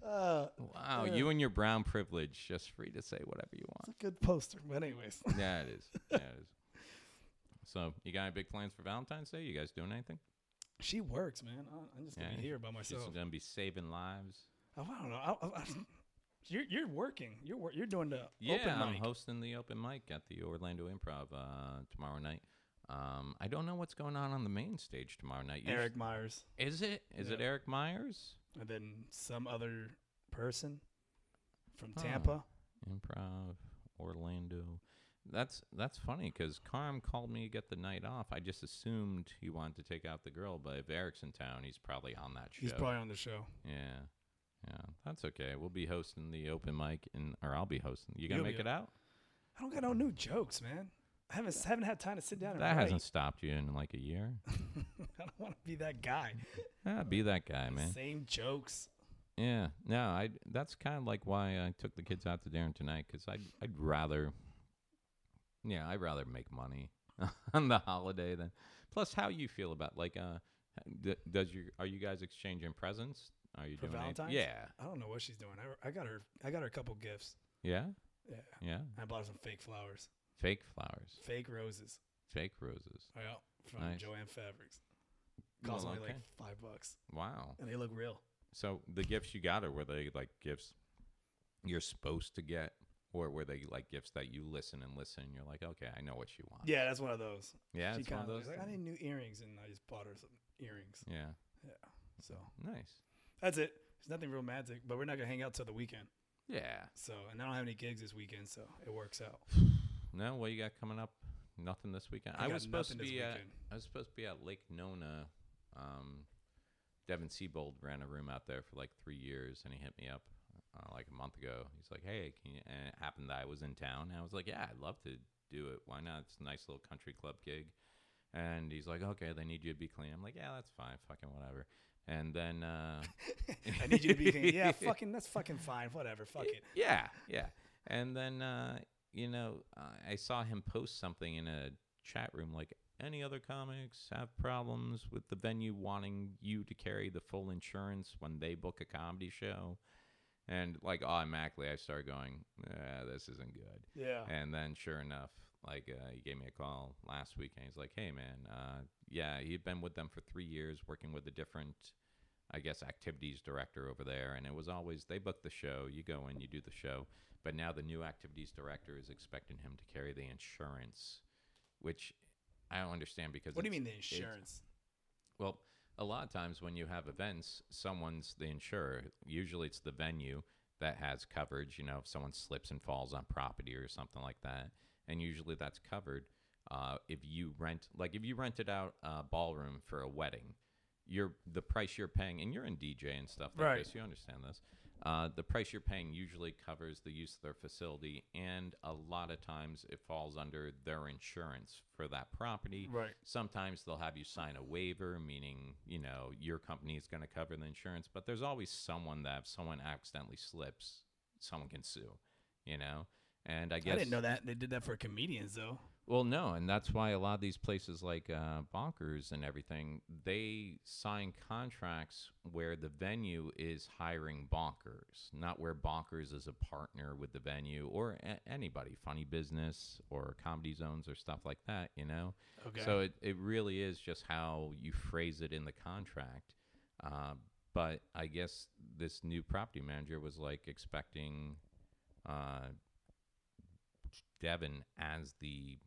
B: Uh,
A: Wow,
B: Yeah.
A: you and your brown privilege, just free to say whatever you
B: it's
A: want.
B: a good poster. But anyways,
A: yeah, it is. Yeah, it is. So, you got any big plans for Valentine's Day? You guys doing anything?
B: she works, man. I- I'm just gonna
A: Yeah,
B: be here by
A: She's
B: myself.
A: going to be saving lives.
B: Oh, I don't know. I, I, I, you're you're working. You're wor- you're doing the
A: Yeah,
B: open
A: I'm
B: mic.
A: hosting the open mic at the Orlando Improv uh, tomorrow night. Um, I don't know what's going on on the main stage tomorrow night. You s-
B: Eric Myers
A: is it? Is it
B: Yeah.
A: Eric Myers?
B: and then some other person from
A: Huh.
B: Tampa.
A: Improv Orlando. That's that's funny because Carm called me to get the night off. I just assumed he wanted to take out the girl, but if Eric's in town, he's probably on that show.
B: He's probably on the show.
A: yeah, yeah, that's okay. We'll be hosting the open mic, and or I'll be hosting. You gonna
B: You'll be
A: make it out?
B: I don't got no new jokes, man. I haven't s- haven't had time to sit down and
A: That
B: write.
A: hasn't stopped you in like a year.
B: I don't want to be that guy.
A: Ah, be that guy, man.
B: Same jokes.
A: Yeah, no, I. That's kind of like why I took the kids out to dinner tonight because I'd I'd rather, yeah, I'd rather make money on the holiday than. Plus, how you feel about like uh, d- does your are you guys exchanging presents? Are you
B: For
A: doing any-
B: Valentine's?
A: Yeah,
B: I don't know what she's doing. I, I got her. I got her a couple gifts.
A: yeah,
B: Yeah.
A: yeah.
B: I bought her some fake flowers,
A: Fake flowers,
B: fake roses. Oh,
A: fake roses.
B: Yeah. From
A: Nice.
B: Joanne Fabrics. Cost
A: Well,
B: only like
A: okay.
B: five bucks,
A: wow.
B: and they look real.
A: So the gifts you got her were they like gifts you're supposed to get, or were they like gifts that you listen and listen? And you're like, okay, I know what she wants.
B: Yeah, that's one of those.
A: yeah,
B: she
A: it's one of
B: kinda
A: those.
B: was like, I
A: things.
B: need new earrings, and I just bought her some earrings.
A: yeah,
B: So
A: nice.
B: that's it. It's nothing romantic, but we're not gonna hang out till the weekend.
A: Yeah.
B: So, and I don't have any gigs this weekend, so it works out.
A: No, what you got coming up? Nothing this weekend. I,
B: got
A: was supposed to
B: nothing this
A: be uh, at
B: weekend.
A: I was supposed to be at Lake Nona. Um, Devin Siebold ran a room out there for like three years, and he hit me up uh, like a month ago. He's like, "Hey, can you?" And it happened that I was in town. And I was like, "Yeah, I'd love to do it. Why not? It's a nice little country club gig." And he's like, "Okay, they need you to be clean." I'm like, "Yeah, that's fine. Fucking whatever." And then. Uh,
B: I need you to be clean. Yeah, fucking, that's fucking fine. Whatever, fuck it.
A: Yeah, yeah. And then uh, you know, I I saw him post something in a chat room like any other comics have problems with the venue wanting you to carry the full insurance when they book a comedy show. And like automatically I started going, ah, this isn't good.
B: Yeah.
A: And then, sure enough, like uh, he gave me a call last week, and he's like, "Hey, man, uh, yeah, he'd been with them for three years, working with a different, I guess, activities director over there, and it was always they book the show, you go in, you do the show, but now the new activities director is expecting him to carry the insurance, which I don't understand because
B: What do you
A: it's-
B: mean the
A: it's-
B: insurance?
A: well, a lot of times when you have events, someone's the insurer. Usually it's the venue that has coverage, you know, if someone slips and falls on property or something like that. And usually that's covered. Uh, if you rent, like if you rented out a ballroom for a wedding, you're, the price you're paying, and you're in DJ and stuff like
B: Right.
A: this, you understand this. Uh, the price you're paying usually covers the use of their facility, and a lot of times it falls under their insurance for that property.
B: Right.
A: Sometimes they'll have you sign a waiver, meaning, you know, your company is going to cover the insurance, but there's always someone that if someone accidentally slips, someone can sue, you know? And I guess.
B: I didn't know that they did that for comedians though.
A: Well, no, and that's why a lot of these places like uh, Bonkers and everything, they sign contracts where the venue is hiring Bonkers, not where Bonkers is a partner with the venue or a- anybody, funny business or comedy zones or stuff like that, you know?
B: Okay.
A: So it, it really is just how you phrase it in the contract. Uh, but I guess this new property manager was like expecting uh, Devin as the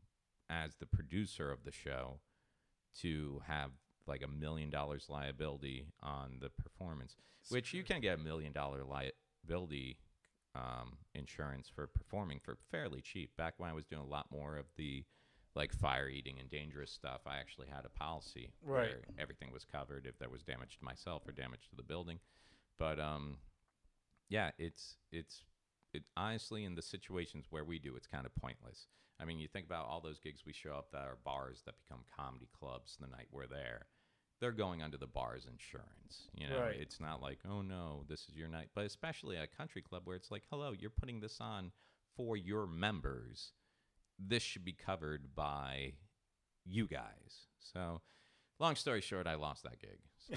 A: as the producer of the show to have like a million dollars liability on the performance, which you can get a million dollar liability um, insurance for performing for fairly cheap. Back when I was doing a lot more of the like fire eating and dangerous stuff, I actually had a policy
B: Right.
A: where everything was covered if there was damage to myself or damage to the building. But um, yeah, it's it's it, honestly in the situations where we do, it's kind of pointless. I mean, you think about all those gigs we show up that are bars that become comedy clubs the night we're there. They're going under the bar's insurance. You know,
B: Right.
A: it's not like, oh no, this is your night. But especially at a country club where it's like, hello, you're putting this on for your members. This should be covered by you guys. So, long story short, I lost that gig. So,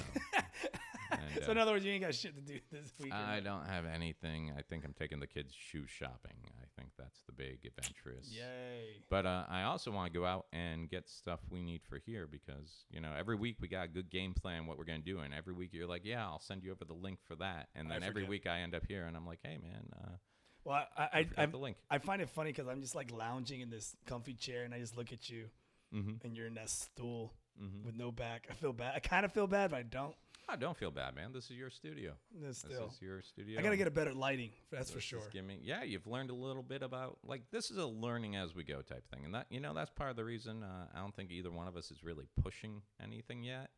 A: And,
B: So
A: uh,
B: in other words, you ain't got shit to do this weekend.
A: I don't have anything. I think I'm taking the kids shoe shopping. I think that's the big adventurous.
B: Yay.
A: But uh, I also want to go out and get stuff we need for here because you know every week we got a good game plan what we're gonna do, and every week you're like, yeah, I'll send you over the link for that, and
B: I
A: then every
B: forget.
A: week I end up here, and I'm like, hey man, uh,
B: Well, I
A: I,
B: I,
A: forgot
B: I,
A: the link.
B: I find it funny because I'm just like lounging in this comfy chair and I just look at you
A: Mm-hmm.
B: and you're in that stool
A: Mm-hmm.
B: with no back. I feel bad. I kind of feel bad, but I don't.
A: Oh, don't feel bad, man. This is your studio.
B: No,
A: This
B: Still,
A: is your studio.
B: I gotta
A: and
B: get a better lighting. That's for
A: this is
B: sure.
A: giving- yeah, you've learned a little bit about like this is a learning as we go type thing, and that you know that's part of the reason uh, I don't think either one of us is really pushing anything yet.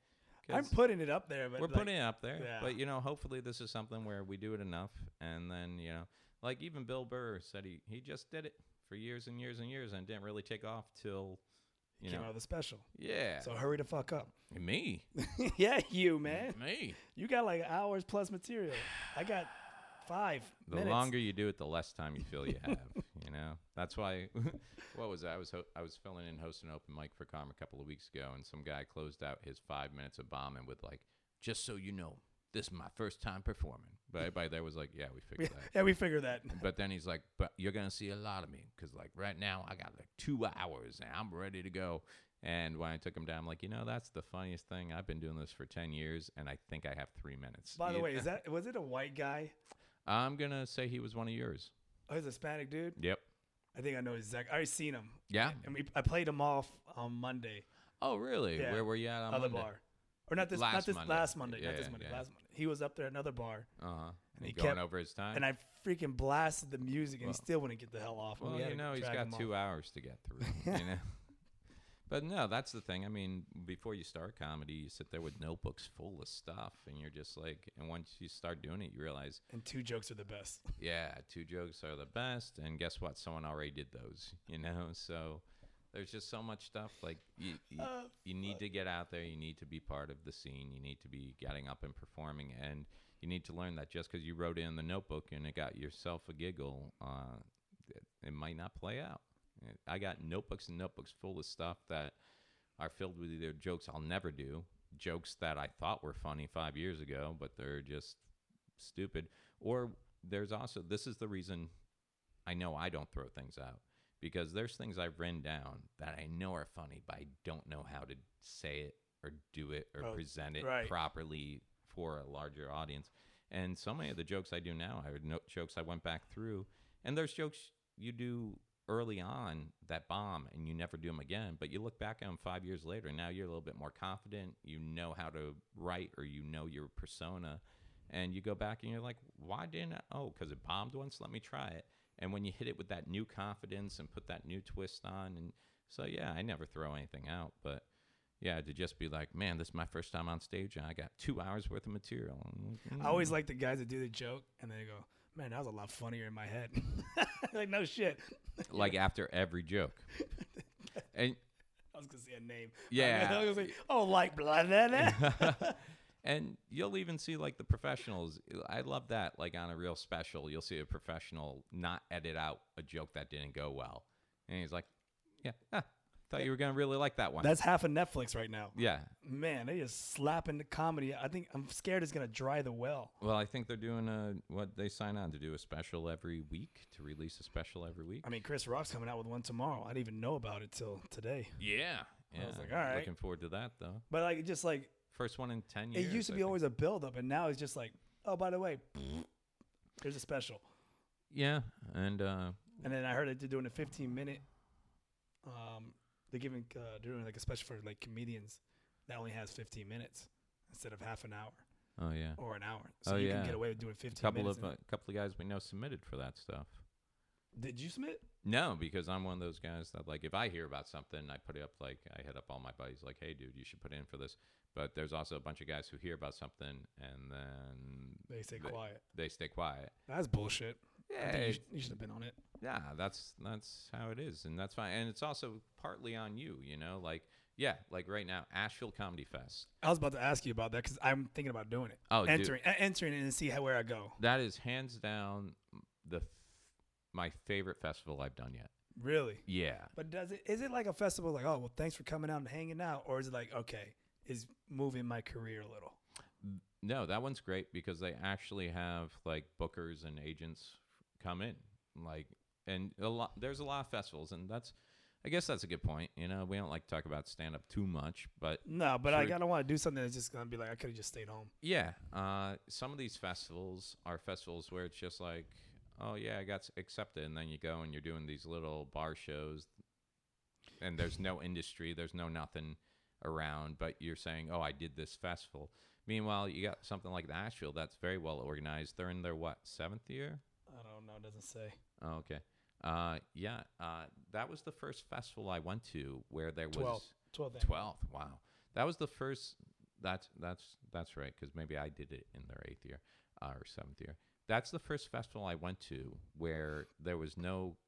B: I'm
A: 'cause-
B: putting it up there, but
A: we're
B: like,
A: putting it up there.
B: yeah.
A: But you know, hopefully this is something where we do it enough, and then you know, like even Bill Burr said he he just did it for years and years and years, and didn't really take off till you
B: came
A: know,
B: out with a special.
A: yeah, Mm-hmm.
B: So hurry the fuck up.
A: me,
B: yeah, you man.
A: me.
B: You got like hours plus material. I got five
A: The
B: minutes.
A: longer you do it, the less time you feel you have. you know, that's why. what was that? I was ho- I was filling in hosting an open mic for Com a couple of weeks ago, and some guy closed out his five minutes of bombing with like, "Just so you know, this is my first time performing." But everybody there was like, "Yeah, we figured that."
B: yeah, we figured that.
A: But then he's like, "But you're gonna see a lot of me, 'cause like right now I got like two hours and I'm ready to go." And when I took him down, I'm like, you know, that's the funniest thing. I've been doing this for ten years, and I think I have three minutes.
B: By the
A: You-
B: way, is that was it a white guy?
A: I'm gonna say he was one of yours.
B: Oh, he's a Hispanic dude.
A: Yep.
B: I think I know exactly. I already seen him.
A: Yeah.
B: And we, I played him off on Monday.
A: Oh, really?
B: Yeah.
A: Where were you at on
B: other
A: Monday?
B: bar, or not this,
A: Last
B: not this
A: Monday.
B: last Monday, not this
A: Yeah,
B: Monday,
A: yeah.
B: last Monday. He was up there at another bar,
A: Uh huh. And
B: he
A: going
B: kept-
A: over his time.
B: and I freaking blasted the music, and
A: Well-
B: he still wouldn't get the hell off. and
A: Well,
B: we had
A: you
B: to
A: know, he's
B: drag
A: got
B: him
A: two
B: off.
A: hours to get through. you know. But no, that's the thing. I mean, before you start comedy, you sit there with notebooks full of stuff, and you're just like, and once you start doing it, you realize,
B: and two jokes are the best.
A: yeah, two jokes are the best, and guess what? Someone already did those, you know. So there's just so much stuff. Like you, you,
B: Uh,
A: you need to get out there. You need to be part of the scene. You need to be getting up and performing, and you need to learn that just because you wrote it in the notebook and it got yourself a giggle, uh, it, it might not play out. I got notebooks and notebooks full of stuff that are filled with either jokes I'll never do, jokes that I thought were funny five years ago, but they're just stupid. Or there's also this is the reason I know I don't throw things out because there's things I've written down that I know are funny, but I don't know how to say it or do it or
B: Oh,
A: present it
B: right.
A: properly for a larger audience. And so many of the jokes I do now, I would note jokes I went back through, and there's jokes you do early on that bomb and you never do them again, but you look back at them five years later, and now you're a little bit more confident. You know how to write or you know your persona and you go back and you're like, why didn't I? Oh, because it bombed once. Let me try it. And when you hit it with that new confidence and put that new twist on, and so yeah, I never throw anything out, but yeah, to just be like, man, this is my first time on stage, and I got two hours worth of material. I'm like,
B: I always like the guys that do the joke, and then they go, "Man, that was a lot funnier in my head." like no shit.
A: "Mm," like after every joke, and
B: I was gonna say a name.
A: Yeah.
B: I was gonna say, oh, like blah blah blah.
A: and you'll even see like the professionals. I love that. Like on a real special, you'll see a professional not edit out a joke that didn't go well, and he's like, yeah, huh, thought you were gonna really like that one.
B: That's half of Netflix right now.
A: yeah,
B: Man, they just slapping the comedy. I think I'm scared it's gonna dry the well.
A: Well, I think they're doing a what they sign on to do a special every week to release a special every week.
B: I mean, Chris Rock's coming out with one tomorrow. I didn't even know about it till today.
A: Yeah, yeah.
B: was like, all right.
A: Looking forward to that though.
B: But like, just like
A: First one in ten
B: it
A: years.
B: used to
A: I
B: be
A: think.
B: always a buildup, and now it's just like, oh, by the way, there's a special.
A: Yeah, and uh,
B: And then I heard that they're doing a 15 minute. Um, they're giving uh, they're doing like a special for like comedians that only has 15 minutes instead of half an hour
A: oh yeah,
B: or an hour, so
A: Oh,
B: you
A: yeah.
B: can get away with doing 15
A: a couple
B: minutes.
A: of uh,
B: and-
A: a couple of guys we know submitted for that stuff.
B: Did you submit?
A: No, because I'm one of those guys that like if I hear about something, I put it up. Like I hit up all my buddies, like, "Hey, dude, you should put in for this." But there's also a bunch of guys who hear about something and then
B: They stay
A: They-
B: quiet.
A: they stay quiet.
B: That's bullshit. I think
A: Yeah,
B: you, sh- you should have been on it.
A: yeah that's that's how it is and that's fine and it's also partly on you you know like yeah like right now asheville comedy fest
B: I was about to ask you about that because I'm thinking about doing it.
A: oh dude,
B: entering, e- entering, it and see how where I go.
A: that is hands down the f- my favorite festival i've done yet
B: Really.
A: yeah
B: But does it is it like a festival like oh well thanks for coming out and hanging out or is it like okay is moving my career a little?
A: No, that one's great because they actually have like bookers and agents come in, like, and a lot. There's a lot of festivals, and that's, I guess that's a good point. You know, we don't like to talk about stand up too much, but
B: No, but I
A: Sure.
B: gotta want to do something that's just gonna be like I could have just stayed home.
A: yeah, uh, some of these festivals are festivals where it's just like, oh yeah, I got s- accepted, and then you go and you're doing these little bar shows, and there's no industry, there's no nothing around, but you're saying, oh, I did this festival. Meanwhile, you got something like the Asheville that's very well organized. They're in their what seventh year?
B: I don't know. It doesn't say.
A: Oh, okay. Uh, yeah, uh, that was the first festival I went to where there
B: Twelve.
A: was
B: Twelve. then.
A: Twelfth. Wow, that was the first. That's that's that's right. Because maybe I did it in their eighth year uh, or seventh year. That's the first festival I went to where there was no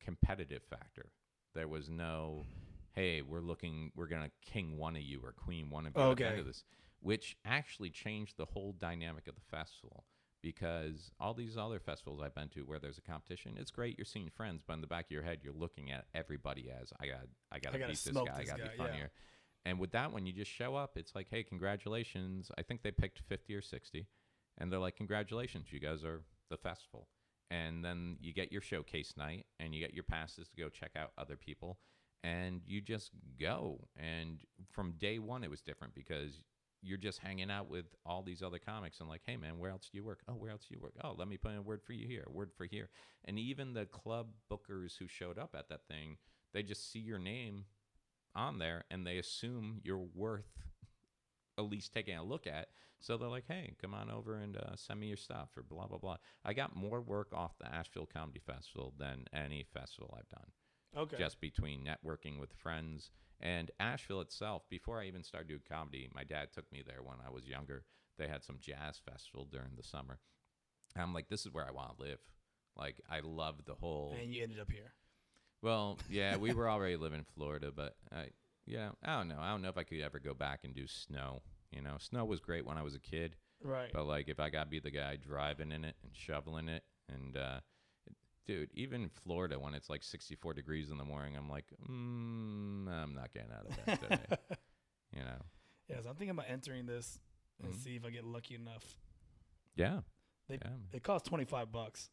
A: competitive factor. There was no, hey, we're looking, we're gonna king one of you or queen one of you at the end
B: Okay.
A: of this, which actually changed the whole dynamic of the festival. Because all these other festivals I've been to where there's a competition, it's great you're seeing friends, but in the back of your head you're looking at everybody as I got I got to
B: gotta
A: beat this guy,
B: smoke
A: I
B: this
A: got to be
B: guy, yeah.
A: funnier. And with that one, you just show up. It's like, hey, congratulations. I think they picked 50 or 60. And they're like, congratulations. You guys are the festival. And then you get your showcase night and you get your passes to go check out other people. And you just go. And from day one, it was different because you're just hanging out with all these other comics and like, hey, man, where else do you work? Oh, where else do you work? Oh, let me put in a word for you here, a word for here. And even the club bookers who showed up at that thing, they just see your name on there and they assume you're worth at least taking a look at. So they're like, hey, come on over and uh, send me your stuff or blah, blah, blah. I got more work off the Asheville Comedy Festival than any festival I've done,
B: Okay.
A: just between networking with friends and Asheville itself. Before I even started doing comedy, my dad took me there when I was younger. They had some jazz festival during the summer. I'm like, this is where I want to live. Like, I love the whole.
B: and you ended up here.
A: Well, yeah, we were already living in Florida, but I, yeah, I don't know. I don't know if I could ever go back and do snow. You know, snow was great when I was a kid,
B: Right.
A: but like if I got to be the guy driving in it and shoveling it, and uh, dude, even Florida when it's like 64 degrees in the morning, I'm like, mm, I'm not getting out of bed today. you know,
B: Yeah, so I'm thinking about entering this and
A: Mhm.
B: see if I get lucky enough.
A: yeah,
B: They-
A: yeah.
B: It costs 25 bucks,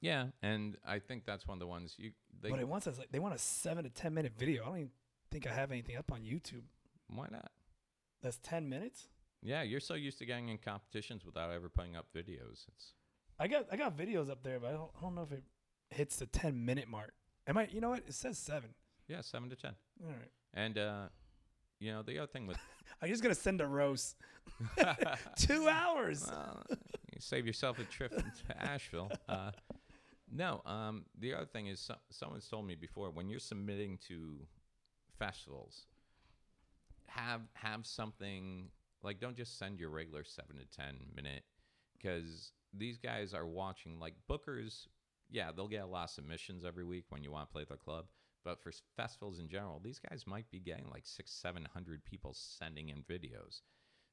A: yeah, and I think that's one of the ones you they
B: but it wants us like they want a seven to 10 minute video. I don't even think I have anything up on YouTube.
A: why not?
B: That's 10 minutes.
A: Yeah, you're so used to getting in competitions without ever putting up videos. It's
B: I got I got videos up there, but I don't, I don't know if it hits the 10 minute mark. Am I? You know what? It says seven.
A: yeah, seven to ten.
B: All right.
A: And uh, you know, the other thing with
B: I'm just gonna send a roast.
A: Uh,
B: Two hours.
A: well, Uh, you save yourself a trip to Asheville. Uh, no, um, the other thing is so- someone's told me before when you're submitting to festivals, have have something like don't just send your regular seven to ten minute because these guys are watching like bookers. Yeah, they'll get a lot of submissions every week when you want to play their club. But for s- festivals in general, these guys might be getting like six, seven hundred people sending in videos.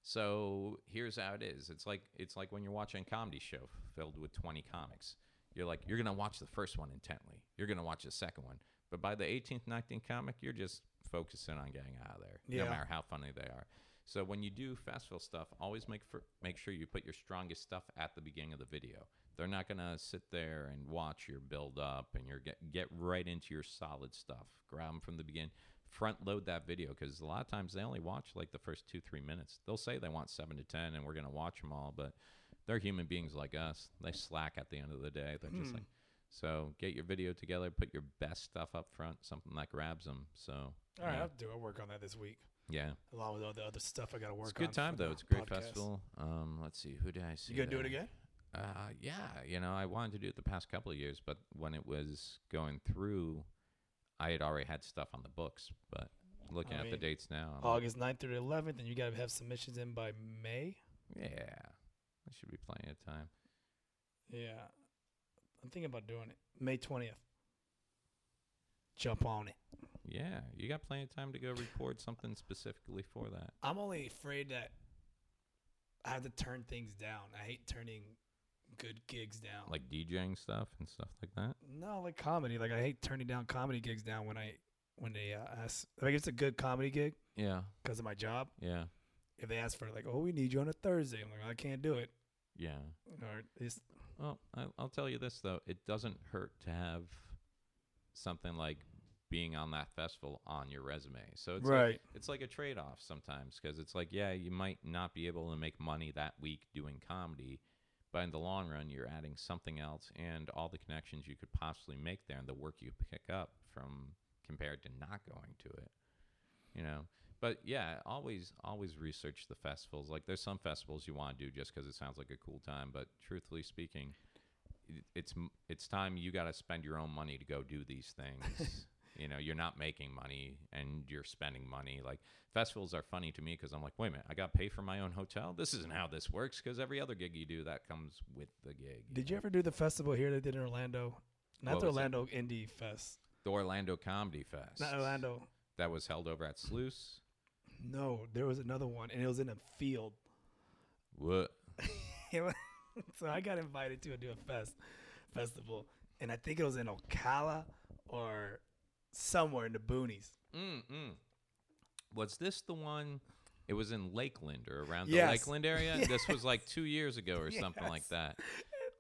A: So here's how it is. It's like it's like when you're watching a comedy show filled with 20 comics. You're like you're gonna watch the first one intently. You're gonna watch the second one. But by the 18th, 19th comic, you're just focusing on getting out of there,
B: Yeah.
A: no matter how funny they are. So when you do festival stuff, always make for, make sure you put your strongest stuff at the beginning of the video. They're not gonna sit there and watch your build up and your get get right into your solid stuff. Grab them from the beginning front load that video because a lot of times they only watch like the first two three minutes they'll say they want seven to ten and we're going to watch them all but they're human beings like us they slack at the end of the day they're just
B: Hmm.
A: like so get your video together put your best stuff up front something that grabs them so
B: All right,
A: yeah,
B: I'll do. I'll work on that this week,
A: yeah.
B: along with all the other stuff I gotta work.
A: it's a
B: on
A: good
B: for
A: time
B: the
A: though it's a great
B: podcast.
A: festival um let's see who did i see
B: You gonna do it
A: there?
B: again?
A: Uh, yeah, you know, I wanted to do it the past couple of years, but when it was going through, I had already had stuff on the books. But looking
B: I
A: at the
B: mean,
A: dates now, I'm like,
B: August 9th through the 11th, and you gotta have submissions in by May.
A: yeah, there should be plenty of time.
B: Yeah, I'm thinking about doing it May 20th. Jump on it.
A: Yeah, you got plenty of time to go record something specifically for that.
B: I'm only afraid that I have to turn things down. I hate turning good gigs down.
A: Like DJing stuff and stuff like that.
B: No, like comedy. Like I hate turning down comedy gigs down when I when they uh, ask. Like it's a good comedy gig
A: Yeah,
B: because of my job.
A: yeah.
B: if they ask for like, oh, we need you on a Thursday, I'm like, I can't do it.
A: Yeah.
B: Or it's,
A: Well, I, I'll tell you this though, it doesn't hurt to have something like being on that festival on your resume. So it's like-
B: Right.
A: it's like a trade off sometimes because it's like yeah, you might not be able to make money that week doing comedy, but in the long run, you're adding something else and all the connections you could possibly make there and the work you pick up from compared to not going to it. You know. But yeah, always always research the festivals. Like there's some festivals you want to do just because it sounds like a cool time, but truthfully speaking, it- it's m- it's time you got to spend your own money to go do these things. you know, you're not making money and you're spending money. Like festivals are funny to me because I'm like, wait a minute, I got to pay for my own hotel. This isn't how this works. Because every other gig you do, that comes with the gig.
B: did you ever do the festival here they did in Orlando? Not
A: What
B: the
A: was it?
B: Orlando Indie Fest.
A: the Orlando Comedy Fest?
B: Not Orlando.
A: That was held over at Sluice.
B: No, there was another one, and it was in a field.
A: What?
B: It wa- so I got invited to do a fest festival, and I think it was in Ocala or somewhere in the boonies.
A: Mm-mm. Mm-hmm. Was this the one? It was in Lakeland or around
B: Yes.
A: the Lakeland area. This was like two years ago or something like
B: Yes.
A: that.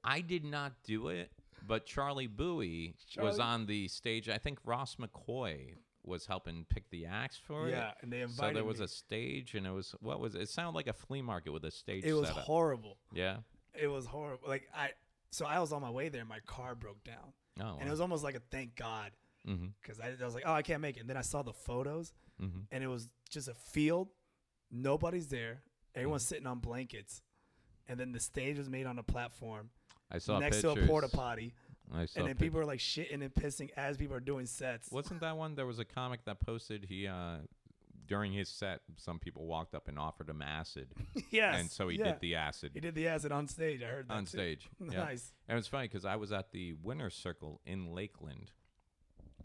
A: I did not do it, but Charlie Bowie was
B: Charlie-
A: on the stage. I think Ross McCoy was helping pick the acts for
B: Yeah,
A: it.
B: and they
A: So
B: invited
A: there was
B: me.
A: a stage, and it was what was it? It sounded like a flea market with a stage
B: it was
A: setup.
B: horrible.
A: yeah.
B: It was horrible. Like I, so I was on my way there, my car broke down,
A: Oh.
B: and it was almost like a thank God
A: mm-hmm.
B: because I, I was like, oh, I can't make it. And then I saw the photos,
A: Mm-hmm.
B: and it was just a field. Nobody's there.
A: Mm-hmm.
B: Everyone's sitting on blankets, and then the stage was made on a platform
A: I saw
B: next
A: pictures.
B: to a porta potty,
A: I saw
B: and then
A: pic-
B: people are like shitting and pissing as people are doing sets.
A: Wasn't that one? There was a comic that posted he uh, during his set, some people walked up and offered him acid,
B: yes.
A: and so he
B: yeah.
A: did the acid
B: He did the acid on stage. I heard that
A: on
B: too.
A: stage. Yeah.
B: Nice.
A: And it's funny because I was at the winner's circle in Lakeland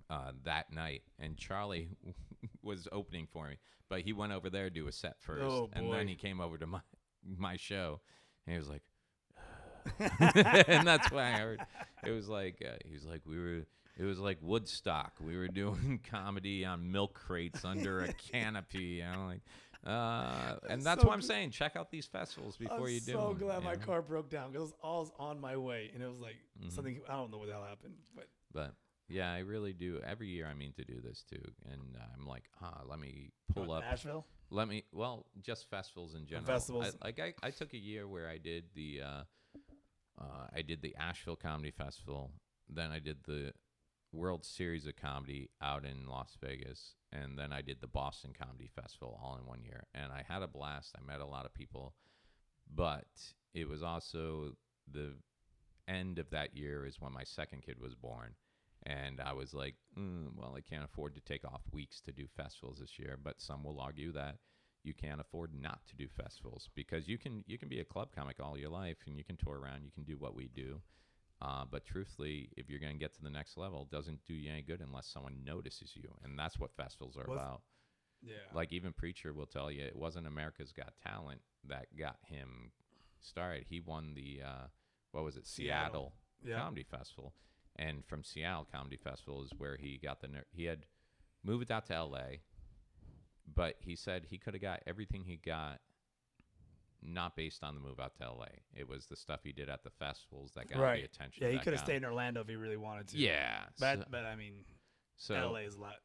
A: uh, that night, and Charlie was opening for me, but he went over there to do a set first,
B: Oh,
A: and then
B: boy.
A: he came over to my my show, and he was like. and that's why I heard it was like uh, he was like we were it was like Woodstock we were doing comedy on milk crates under a canopy and I'm like uh, and that's
B: so
A: what I'm
B: gl-
A: saying check out these festivals before
B: I'm
A: you do
B: so
A: 'em,
B: glad
A: you
B: my
A: know?
B: car broke down because I was on my way and it was like
A: Mm-hmm.
B: something I don't know what the hell happened, but
A: But yeah, I really do. Every year I mean to do this too, and I'm like, ah, let me pull up.
B: What, Nashville.
A: Let me. Well, just festivals in general.
B: festivals.
A: I, like I, I took a year where I did the, uh, uh, I did the Asheville Comedy Festival. Then I did the World Series of Comedy out in Las Vegas, and then I did the Boston Comedy Festival all in one year. And I had a blast. I met a lot of people, but it was also the end of that year is when my second kid was born. And I was like, mm, well, I can't afford to take off weeks to do festivals this year. But some will argue that you can't afford not to do festivals because you can you can be a club comic all your life and you can tour around, you can do what we do. Uh, but truthfully, if you're going to get to the next level, it doesn't do you any good unless someone notices you, and that's what festivals are
B: What's-
A: about.
B: Yeah.
A: Like even preacher will tell you, it wasn't America's Got Talent that got him started. He won the uh, what was it, Seattle,
B: Seattle. Yeah.
A: Comedy Festival, and from Seattle Comedy Festival is where he got the ner- he had moved out to L.A. But he said he could have got everything he got, not based on the move out to L.A. It was the stuff he did at the festivals that got the
B: right.
A: attention.
B: Yeah, he
A: that
B: could have
A: got-
B: stayed in Orlando if he really wanted to.
A: Yeah,
B: But
A: so-
B: but I mean,
A: so,
B: LA is a lot.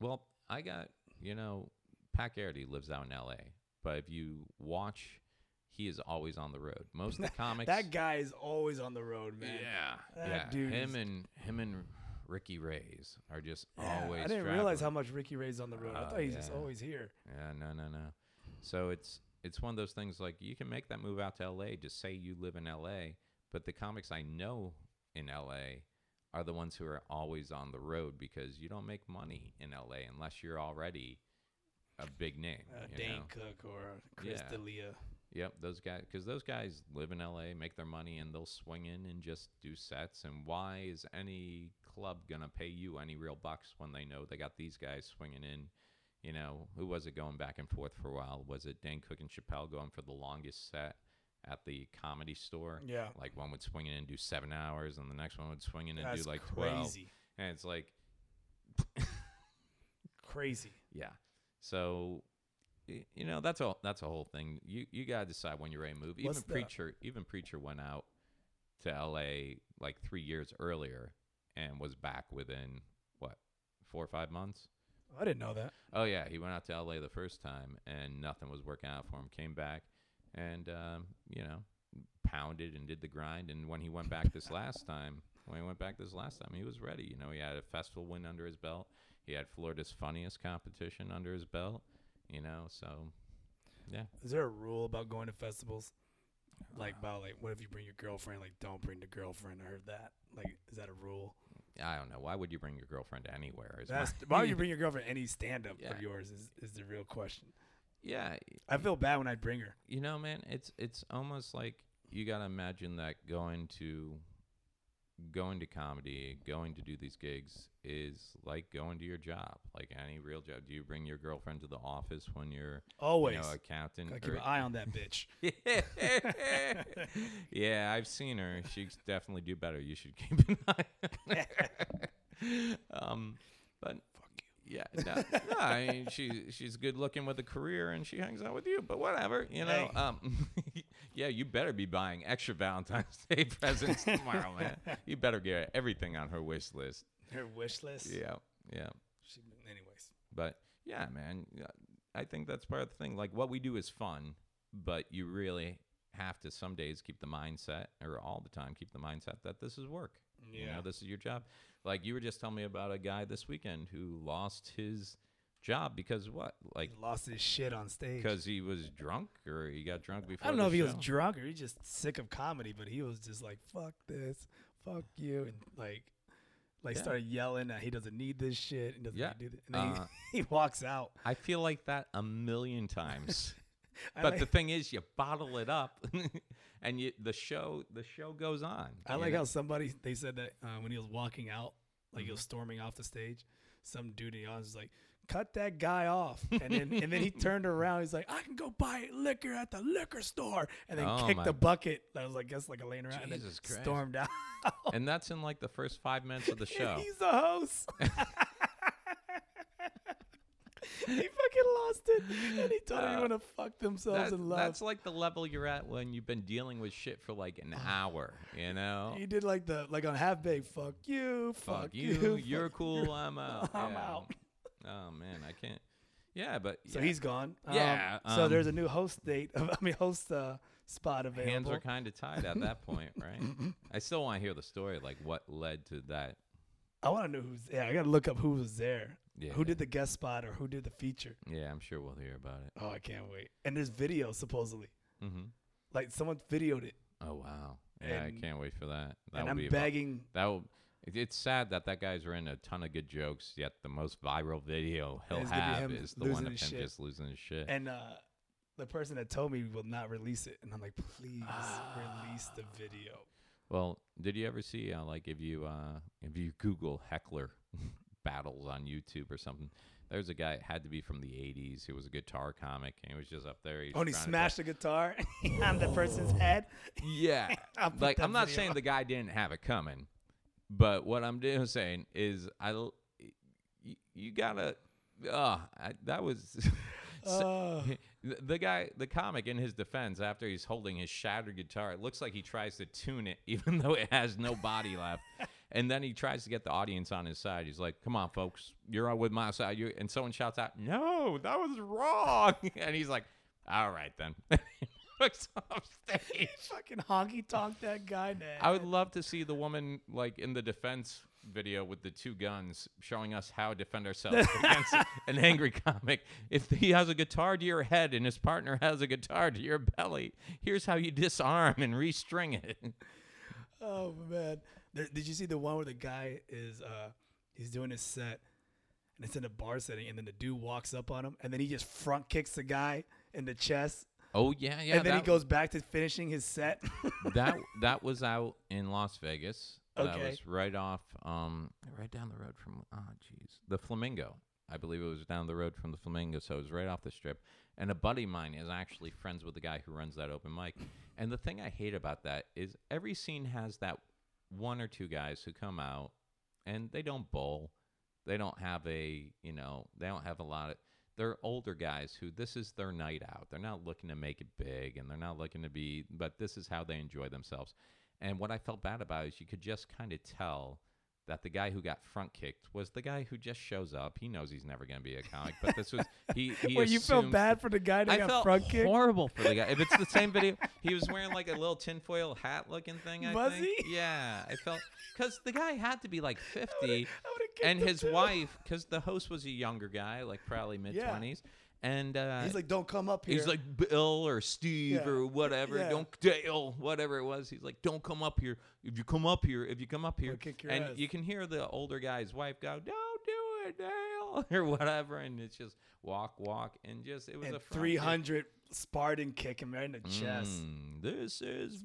A: well, I got, you know, Pat Garrity lives out in LA, but if you watch, he is always on the road. Most of the comics.
B: That guy is always on the road,
A: yeah.
B: man.
A: yeah.
B: that dude
A: him
B: is-
A: and him and Ricky Ray's are just
B: Yeah,
A: always
B: I didn't realize how
A: traveling.
B: much Ricky Ray's on the road. I
A: Oh,
B: thought he was just
A: yeah.
B: always here.
A: Yeah, no, no, no. So it's it's one of those things like you can make that move out to LA to say you live in LA, but the comics I know in LA are the ones who are always on the road because you don't make money in LA unless you're already a big name.
B: Uh,
A: you
B: Dane
A: know?
B: Cook or Chris
A: Yeah.
B: D'Elia.
A: Yep, those guys, because those guys live in LA, make their money, and they'll swing in and just do sets. And why is any club gonna pay you any real bucks when they know they got these guys swinging in? You know, who was it going back and forth for a while? Was it Dan Cook and Chappelle going for the longest set at the comedy store?
B: Yeah.
A: Like one would swing in and do seven hours, and the next one would swing in and
B: That's
A: do like twelve.
B: crazy.
A: And it's like,
B: Crazy.
A: yeah. So y- you know that's all that's a whole thing you you gotta decide when you're ready to move even
B: What's the-
A: preacher even preacher went out to la like three years earlier and was back within what four or five months
B: I didn't know that.
A: oh yeah he went out to la the first time and nothing was working out for him came back and um, you know pounded and did the grind and when he went back this last time when he went back this last time he was ready you know he had a festival win under his belt he had florida's funniest competition under his belt you know so
B: Is there a rule about going to festivals? Like about like what if you bring your girlfriend? Like don't bring the girlfriend. I heard that. Like is that a rule?
A: I don't know. Why would you bring your girlfriend anywhere? Is my-
B: That's, why would you bring your girlfriend any stand up
A: Yeah.
B: of yours? Is is the real question.
A: yeah,
B: I feel bad when I bring her.
A: you know, man, it's it's almost like you gotta imagine that going to going to comedy, going to do these gigs is like going to your job, like any real job. Do you bring your girlfriend to the office when you're
B: Always.
A: you know, accountant?
B: Gotta keep
A: or-
B: an eye on that bitch.
A: yeah, I've seen her. She definitely do better. You should keep an eye on her. um, but
B: Fuck
A: Yeah, no, no, I mean she she's good looking with a career and she hangs out with you, but whatever, you know.
B: Hey.
A: Um, yeah, you better be buying extra Valentine's Day presents tomorrow, man. You better get everything on her wish list.
B: you. Her wish list.
A: Yeah, yeah,
B: She, anyways.
A: but yeah, man, yeah, I think that's part of the thing. Like what we do is fun, but you really have to some days keep the mindset, or all the time keep the mindset that this is work. You know, this is your job. Like you were just telling me about a guy this weekend who lost his job because what? Like
B: he lost his shit on stage.
A: because he was drunk or he got drunk before.
B: I don't know
A: the
B: if he was
A: show?
B: drunk or he just sick of comedy, but he was just like, "Fuck this, fuck you," and like, like
A: Yeah.
B: started yelling that he doesn't need this shit and doesn't
A: Yeah.
B: need it. And then
A: Uh,
B: he, he walks out.
A: I feel like that a million times.
B: I
A: but
B: like,
A: the thing is, you bottle it up, and you, the show the show goes on.
B: I
A: you
B: like
A: know?
B: how somebody they said that uh, when he was walking out, like he
A: Mm-hmm.
B: was storming off the stage, some dude in the audience was like, "Cut that guy off," and then and then he turned around. He's like, "I can go buy liquor at the liquor store," and then
A: Oh,
B: kicked
A: my-
B: the bucket. That was like, guess like a laying around, and then
A: Jesus Christ.
B: stormed out.
A: and that's in like the first five minutes of the show.
B: He's a host. he fucking lost it, and he told
A: Uh,
B: everyone to fuck themselves
A: That-
B: in love.
A: that's like the level you're at when you've been dealing with shit for like an hour. You know,
B: Ah. he did like the like on half baked. Fuck you. Fuck,
A: fuck you,
B: fuck
A: you're cool, I'm out.
B: I'm
A: Yeah.
B: out.
A: Oh man, I can't. Yeah, but
B: So
A: yeah,
B: he's gone. Um,
A: Yeah,
B: so
A: um,
B: there's a new host date. I mean, host uh, spot available.
A: hands are kind of tied at that point, right? I still want to hear the story, like what led to that.
B: I want to know who's. Yeah, I gotta look up who was there.
A: Yeah,
B: Who did the guest spot or who did the feature?
A: Yeah, I'm sure we'll hear about it.
B: Oh, I can't wait. And there's video supposedly.
A: hmm
B: Like someone videoed it,
A: Oh wow, yeah, I
B: And-
A: can't wait for that. That
B: and
A: will be
B: I'm
A: about-
B: begging.
A: that will. it- It's sad that that guy's written a ton of good jokes, yet the most viral video he'll
B: It's gonna be
A: have
B: him
A: is the one
B: losing
A: of him
B: his shit.
A: just losing his shit.
B: And uh, the person that told me will not release it. And I'm like, please
A: Ah.
B: release the video.
A: Well, did you ever see uh, like if you uh, if you Google heckler battles on YouTube or something? There's a guy had to be from the '80s who was a guitar comic, and he was just up there. He was
B: Oh, and he
A: trying to- Oh.
B: smashed the guitar on the person's head.
A: Yeah,
B: I'll put
A: like
B: that
A: I'm not
B: video
A: saying
B: up.
A: the guy didn't have it coming, but what I'm doing saying is I, l- y- you gotta, uh, I, that was. so-
B: Oh,
A: the the guy, the comic, in his defense, after he's holding his shattered guitar, it looks like he tries to tune it, even though it has no body left. And then he tries to get the audience on his side. He's like, "Come on, folks, you're on with my side." You and someone shouts out, "No, that was wrong!" And he's like, "All right then." Looks off stage.
B: fucking honky tonk that guy. in the
A: I
B: head.
A: would love to see the woman like in the defense video with the two guns showing us how to defend ourselves against an angry comic. If he has a guitar to your head and his partner has a guitar to your belly, here's how you disarm and restring it.
B: Oh man, there, did you see the one where the guy is uh he's doing his set and it's in a bar setting, and then the dude walks up on him, and then he just front kicks the guy in the chest,
A: Oh yeah, yeah.
B: and then he
A: that-
B: goes back to finishing his set.
A: that that was out in Las Vegas. That
B: Okay.
A: was right off, um, right down the road from. Oh, jeez, the Flamingo. I believe it was down the road from the Flamingo, so it was right off the strip. And a buddy of mine is actually friends with the guy who runs that open mic. And the thing I hate about that is every scene has that one or two guys who come out and they don't bowl. They don't have a, you know, they don't have a lot of. they're older guys who this is their night out. They're not looking to make it big and they're not looking to be, but this is how they enjoy themselves. And what I felt bad about is you could just kind of tell that the guy who got front kicked was the guy who just shows up. He knows he's never going to be a comic, but this was he. he
B: Wait, you felt
A: assumes-
B: bad for the guy that
A: I
B: got
A: felt
B: front kicked?
A: horrible for the guy. If it's the same video, he was wearing like a little tinfoil hat looking thing. I
B: Was
A: think.
B: he?
A: Yeah, I felt because the guy had to be like fifty,
B: I would've kicked
A: and
B: him
A: his
B: too.
A: wife, because the host was a younger guy, like probably mid
B: Yeah.
A: twenties, and uh,
B: He's like, don't come up here.
A: He's like Bill or Steve
B: Yeah.
A: or whatever.
B: Yeah.
A: Don't Dale, whatever it was. He's like, don't come up here. If you come up here, if you come up here,
B: kick your
A: and
B: ass.
A: you can hear the older guy's wife go, "Don't do it, Dale," or whatever, and it's just walk, walk, and just it was
B: and
A: a front
B: three
A: kick.
B: hundred Spartan kick him right in the chest.
A: Mm, this is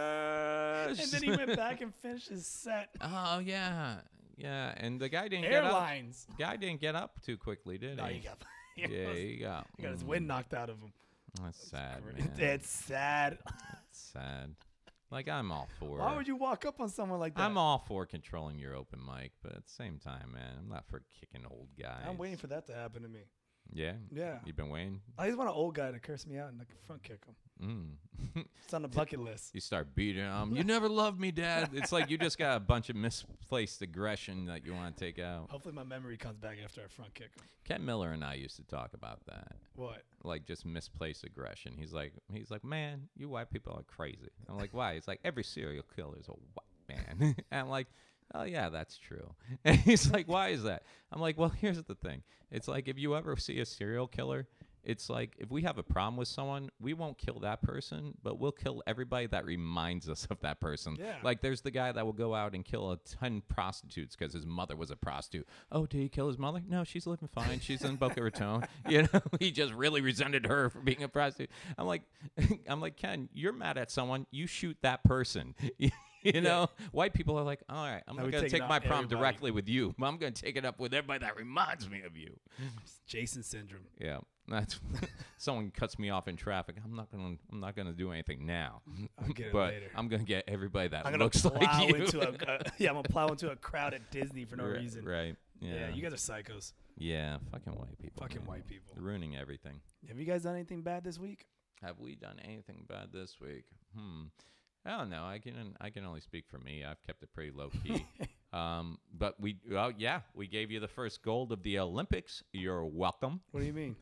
A: Vegas.
B: And then he went back and finished his set.
A: oh yeah, yeah, and the guy didn't get
B: Airlines.
A: up. Guy didn't get up too quickly, did
B: No,
A: he?
B: you got.
A: yeah,
B: He almost-
A: he got.
B: he got his
A: mm,
B: wind knocked out of him.
A: That's sad, man.
B: It's That's sad.
A: sad. Like I'm all for.
B: Why
A: it.
B: would you walk up on someone like that?
A: I'm all for controlling your open mic, but at the same time, man, I'm not for kicking old guys.
B: I'm waiting for that to happen to me.
A: Yeah.
B: Yeah.
A: You've been waiting.
B: I just want an old guy to curse me out and like front kick him.
A: Mm.
B: It's on the bucket list.
A: you start beating him. You never loved me, Dad. It's like you just got a bunch of misplaced aggression that you want to take out.
B: Hopefully my memory comes back after I front kick him.
A: Ken Miller and I used to talk about that.
B: What?
A: like just misplaced aggression. He's like, he's like, man, you white people are crazy. I'm like, why? He's like, every serial killer is a white man. and I'm like, oh yeah, that's true. And he's like, why is that? I'm like, well, here's the thing. It's like if you ever see a serial killer, it's like if we have a problem with someone, we won't kill that person, but we'll kill everybody that reminds us of that person.
B: Yeah.
A: Like there's the guy that will go out and kill a ton prostitutes because his mother was a prostitute. Oh, did he kill his mother? No, she's living fine. She's in Boca Raton. You know, he just really resented her for being a prostitute. I'm like, I'm like Ken, you're mad at someone. You shoot that person. you know, white people are like, all right, I'm
B: Now
A: not
B: we're
A: gonna
B: taking
A: take
B: out
A: my problem
B: everybody.
A: directly with you. I'm gonna take it up with everybody that reminds me of you.
B: It's Jason syndrome.
A: Yeah, that's someone cuts me off in traffic. I'm not gonna, I'm not gonna do anything now.
B: I'll get it
A: but
B: later.
A: I'm gonna get everybody that
B: I'm gonna
A: looks
B: plow
A: like you.
B: into a a- yeah. I'm gonna plow into a crowd at Disney for no
A: Ri-
B: reason.
A: Right.
B: Yeah.
A: Yeah. Yeah,
B: you guys are psychos.
A: fucking white people.
B: Fucking
A: man.
B: white people.
A: Ruining everything.
B: Have you guys done anything bad this week?
A: Have we done anything bad this week? Hmm. I don't know. I can I can only speak for me. I've kept it pretty low key. um, but we oh yeah, we gave you the first gold of the Olympics. You're welcome.
B: What do you mean?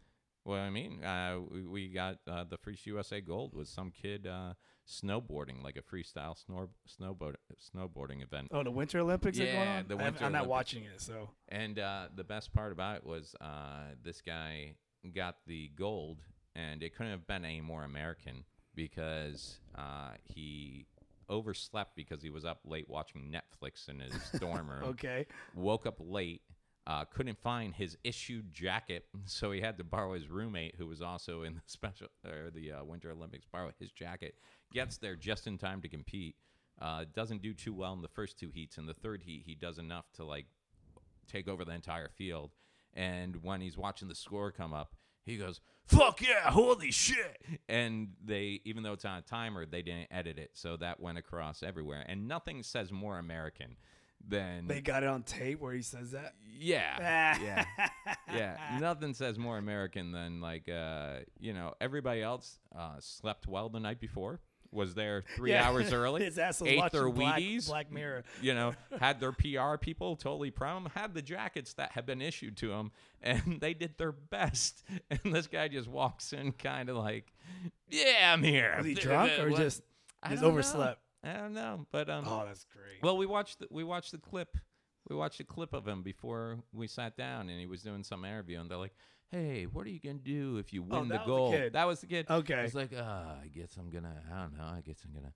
A: Well, I mean, uh, we, we got uh, the Freeze USA gold with some kid uh, snowboarding, like a freestyle snor- snowboard snowboarding event.
B: Oh, the Winter Olympics are going
A: Yeah,
B: on.
A: the
B: I haven't-
A: Winter
B: I'm not
A: Olympics.
B: watching it, so
A: And uh, the best part about it was uh, this guy got the gold, and it couldn't have been any more American because uh, he overslept because he was up late watching Netflix in his dorm room.
B: okay.
A: Woke up late. Uh, couldn't find his issued jacket, so he had to borrow his roommate, who was also in the special or the uh, Winter Olympics, borrow his jacket. Gets there just in time to compete. Uh, doesn't do too well in the first two heats. In the third heat, he does enough to like take over the entire field. And when he's watching the score come up, he goes, "Fuck yeah, holy shit!" And they, even though it's on a timer, they didn't edit it, so that went across everywhere. And nothing says more American than
B: They got it on tape where he says that.
A: yeah, yeah, yeah. Nothing says more American than like uh, you know everybody else uh, slept well the night before, was there three
B: Yeah.
A: hours early,
B: His ass was
A: ate
B: watching
A: their
B: Black,
A: Wheaties,
B: Black Mirror.
A: you know, had their PR people totally prom, had the jackets that had been issued to them, and they did their best. And this guy just walks in, kind of like, "Yeah, I'm here."
B: Was he drunk or
A: What-
B: just
A: I
B: just
A: don't know.
B: overslept?
A: I don't know, but um,
B: Oh, that's great.
A: well, we watched the, we watched the clip. We watched a clip of him before we sat down, and he was doing some interview, and they're like, "Hey, what are you gonna do if you win the
B: Oh, that was the
A: gold?"
B: kid.
A: that was the kid.
B: Okay.
A: he's like, "Ah, I guess I'm gonna. I don't know. I guess I'm gonna."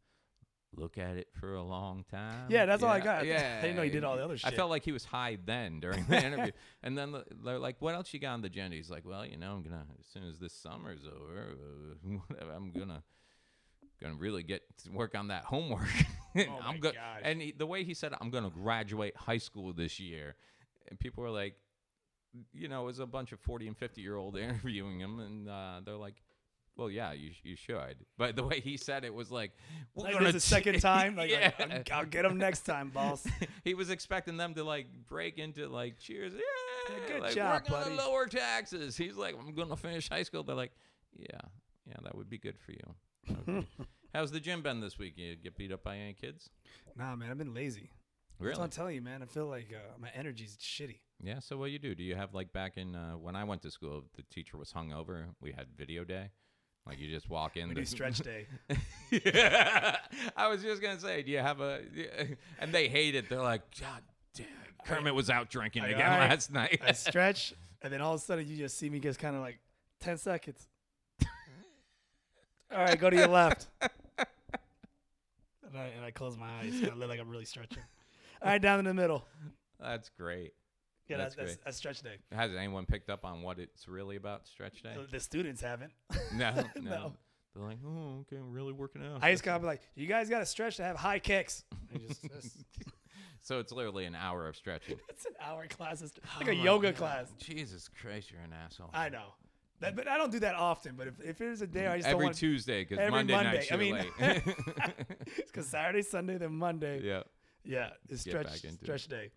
A: Look at it for a long time.
B: Yeah, that's all I
A: Yeah,
B: got. I
A: Yeah,
B: didn't know he did all the other
A: I
B: shit.
A: felt like he was high then during the interview, and then the- they're like, "What else you got on the agenda?" He's like, "Well, you know, I'm gonna as soon as this summer's over, uh, whatever, I'm gonna gonna really get to work on that homework. And
B: Oh
A: I'm
B: my
A: go-
B: gosh.
A: And he, the way he said, "I'm gonna graduate high school this year," and people were like, you know, it was a bunch of forty and fifty year old interviewing him, and uh, they're like. Well, yeah, you, sh- you should. But the way he said it was like, we're
B: like
A: gonna
B: this is the second
A: ch-
B: time. Like,
A: Yeah.
B: like, I'll, I'll get him next time, boss.
A: he was expecting them to like break into like cheers.
B: good
A: like,
B: job,
A: we're gonna
B: buddy.
A: lower taxes. He's like, I'm gonna finish high school. They're like, yeah, yeah, that would be good for you. Okay. How's the gym been this week? You get beat up by any kids?
B: Nah, man, I've been lazy. That's what
A: Really?
B: I'm telling you, man. I feel like uh, my energy's shitty.
A: Yeah. So what do you do? Do you have like back in uh, when I went to school, the teacher was hungover. We had video day. Like you just walk in.
B: We
A: the-
B: do stretch day.
A: yeah. I was just gonna say, do you have a? And they hate it. They're like, God damn, it. Kermit was out drinking
B: Like,
A: again
B: alright,
A: last night.
B: I stretch, and then all of a sudden you just see me just kind of like ten seconds. all right, go to your left. And I, and I close my eyes. and I look like I'm really stretching. All right, down in the middle.
A: That's great.
B: Yeah,
A: That's
B: that's, that's, that's stretch day.
A: Has anyone picked up on what it's really about, stretch day?
B: The, the students haven't.
A: No, no.
B: No.
A: They're like, oh, okay, I'm really working out.
B: I just gotta be like, you guys gotta stretch to have high kicks. And just, that's,
A: so it's literally an hour of stretching.
B: that's an hour class. It's
A: Oh
B: like a
A: my
B: yoga
A: God.
B: class.
A: Jesus Christ, you're an asshole.
B: I know. That, but I don't do that often. But if, if there's a day I just don't
A: Every
B: want
A: Tuesday, because
B: every
A: Monday,
B: Monday,
A: nights
B: I
A: you're
B: mean-
A: late.
B: because Saturday, Sunday, then Monday. Yeah,
A: yeah.
B: it's
A: Get
B: stretch
A: back into it.
B: stretch day.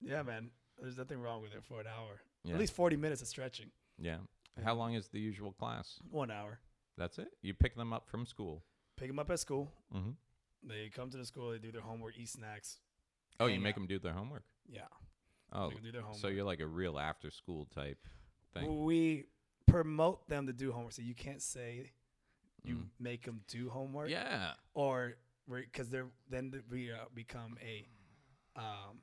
B: Yeah, man. There's nothing wrong with it for an hour.
A: Yeah.
B: At least 40 minutes of stretching.
A: Yeah. How long is the usual class?
B: One hour.
A: That's it. You pick them up from school.
B: Pick them up at school.
A: Mm-hmm.
B: They come to the school. They do their homework, eat snacks.
A: Oh, you
B: Hang
A: make
B: out.
A: them do their homework.
B: Yeah,
A: Oh,
B: they can do their homework.
A: so you're like a real after school type thing.
B: we promote them to do homework. So you can't say you
A: Mm.
B: make them do homework.
A: Yeah.
B: or because they're then th- we uh, become a um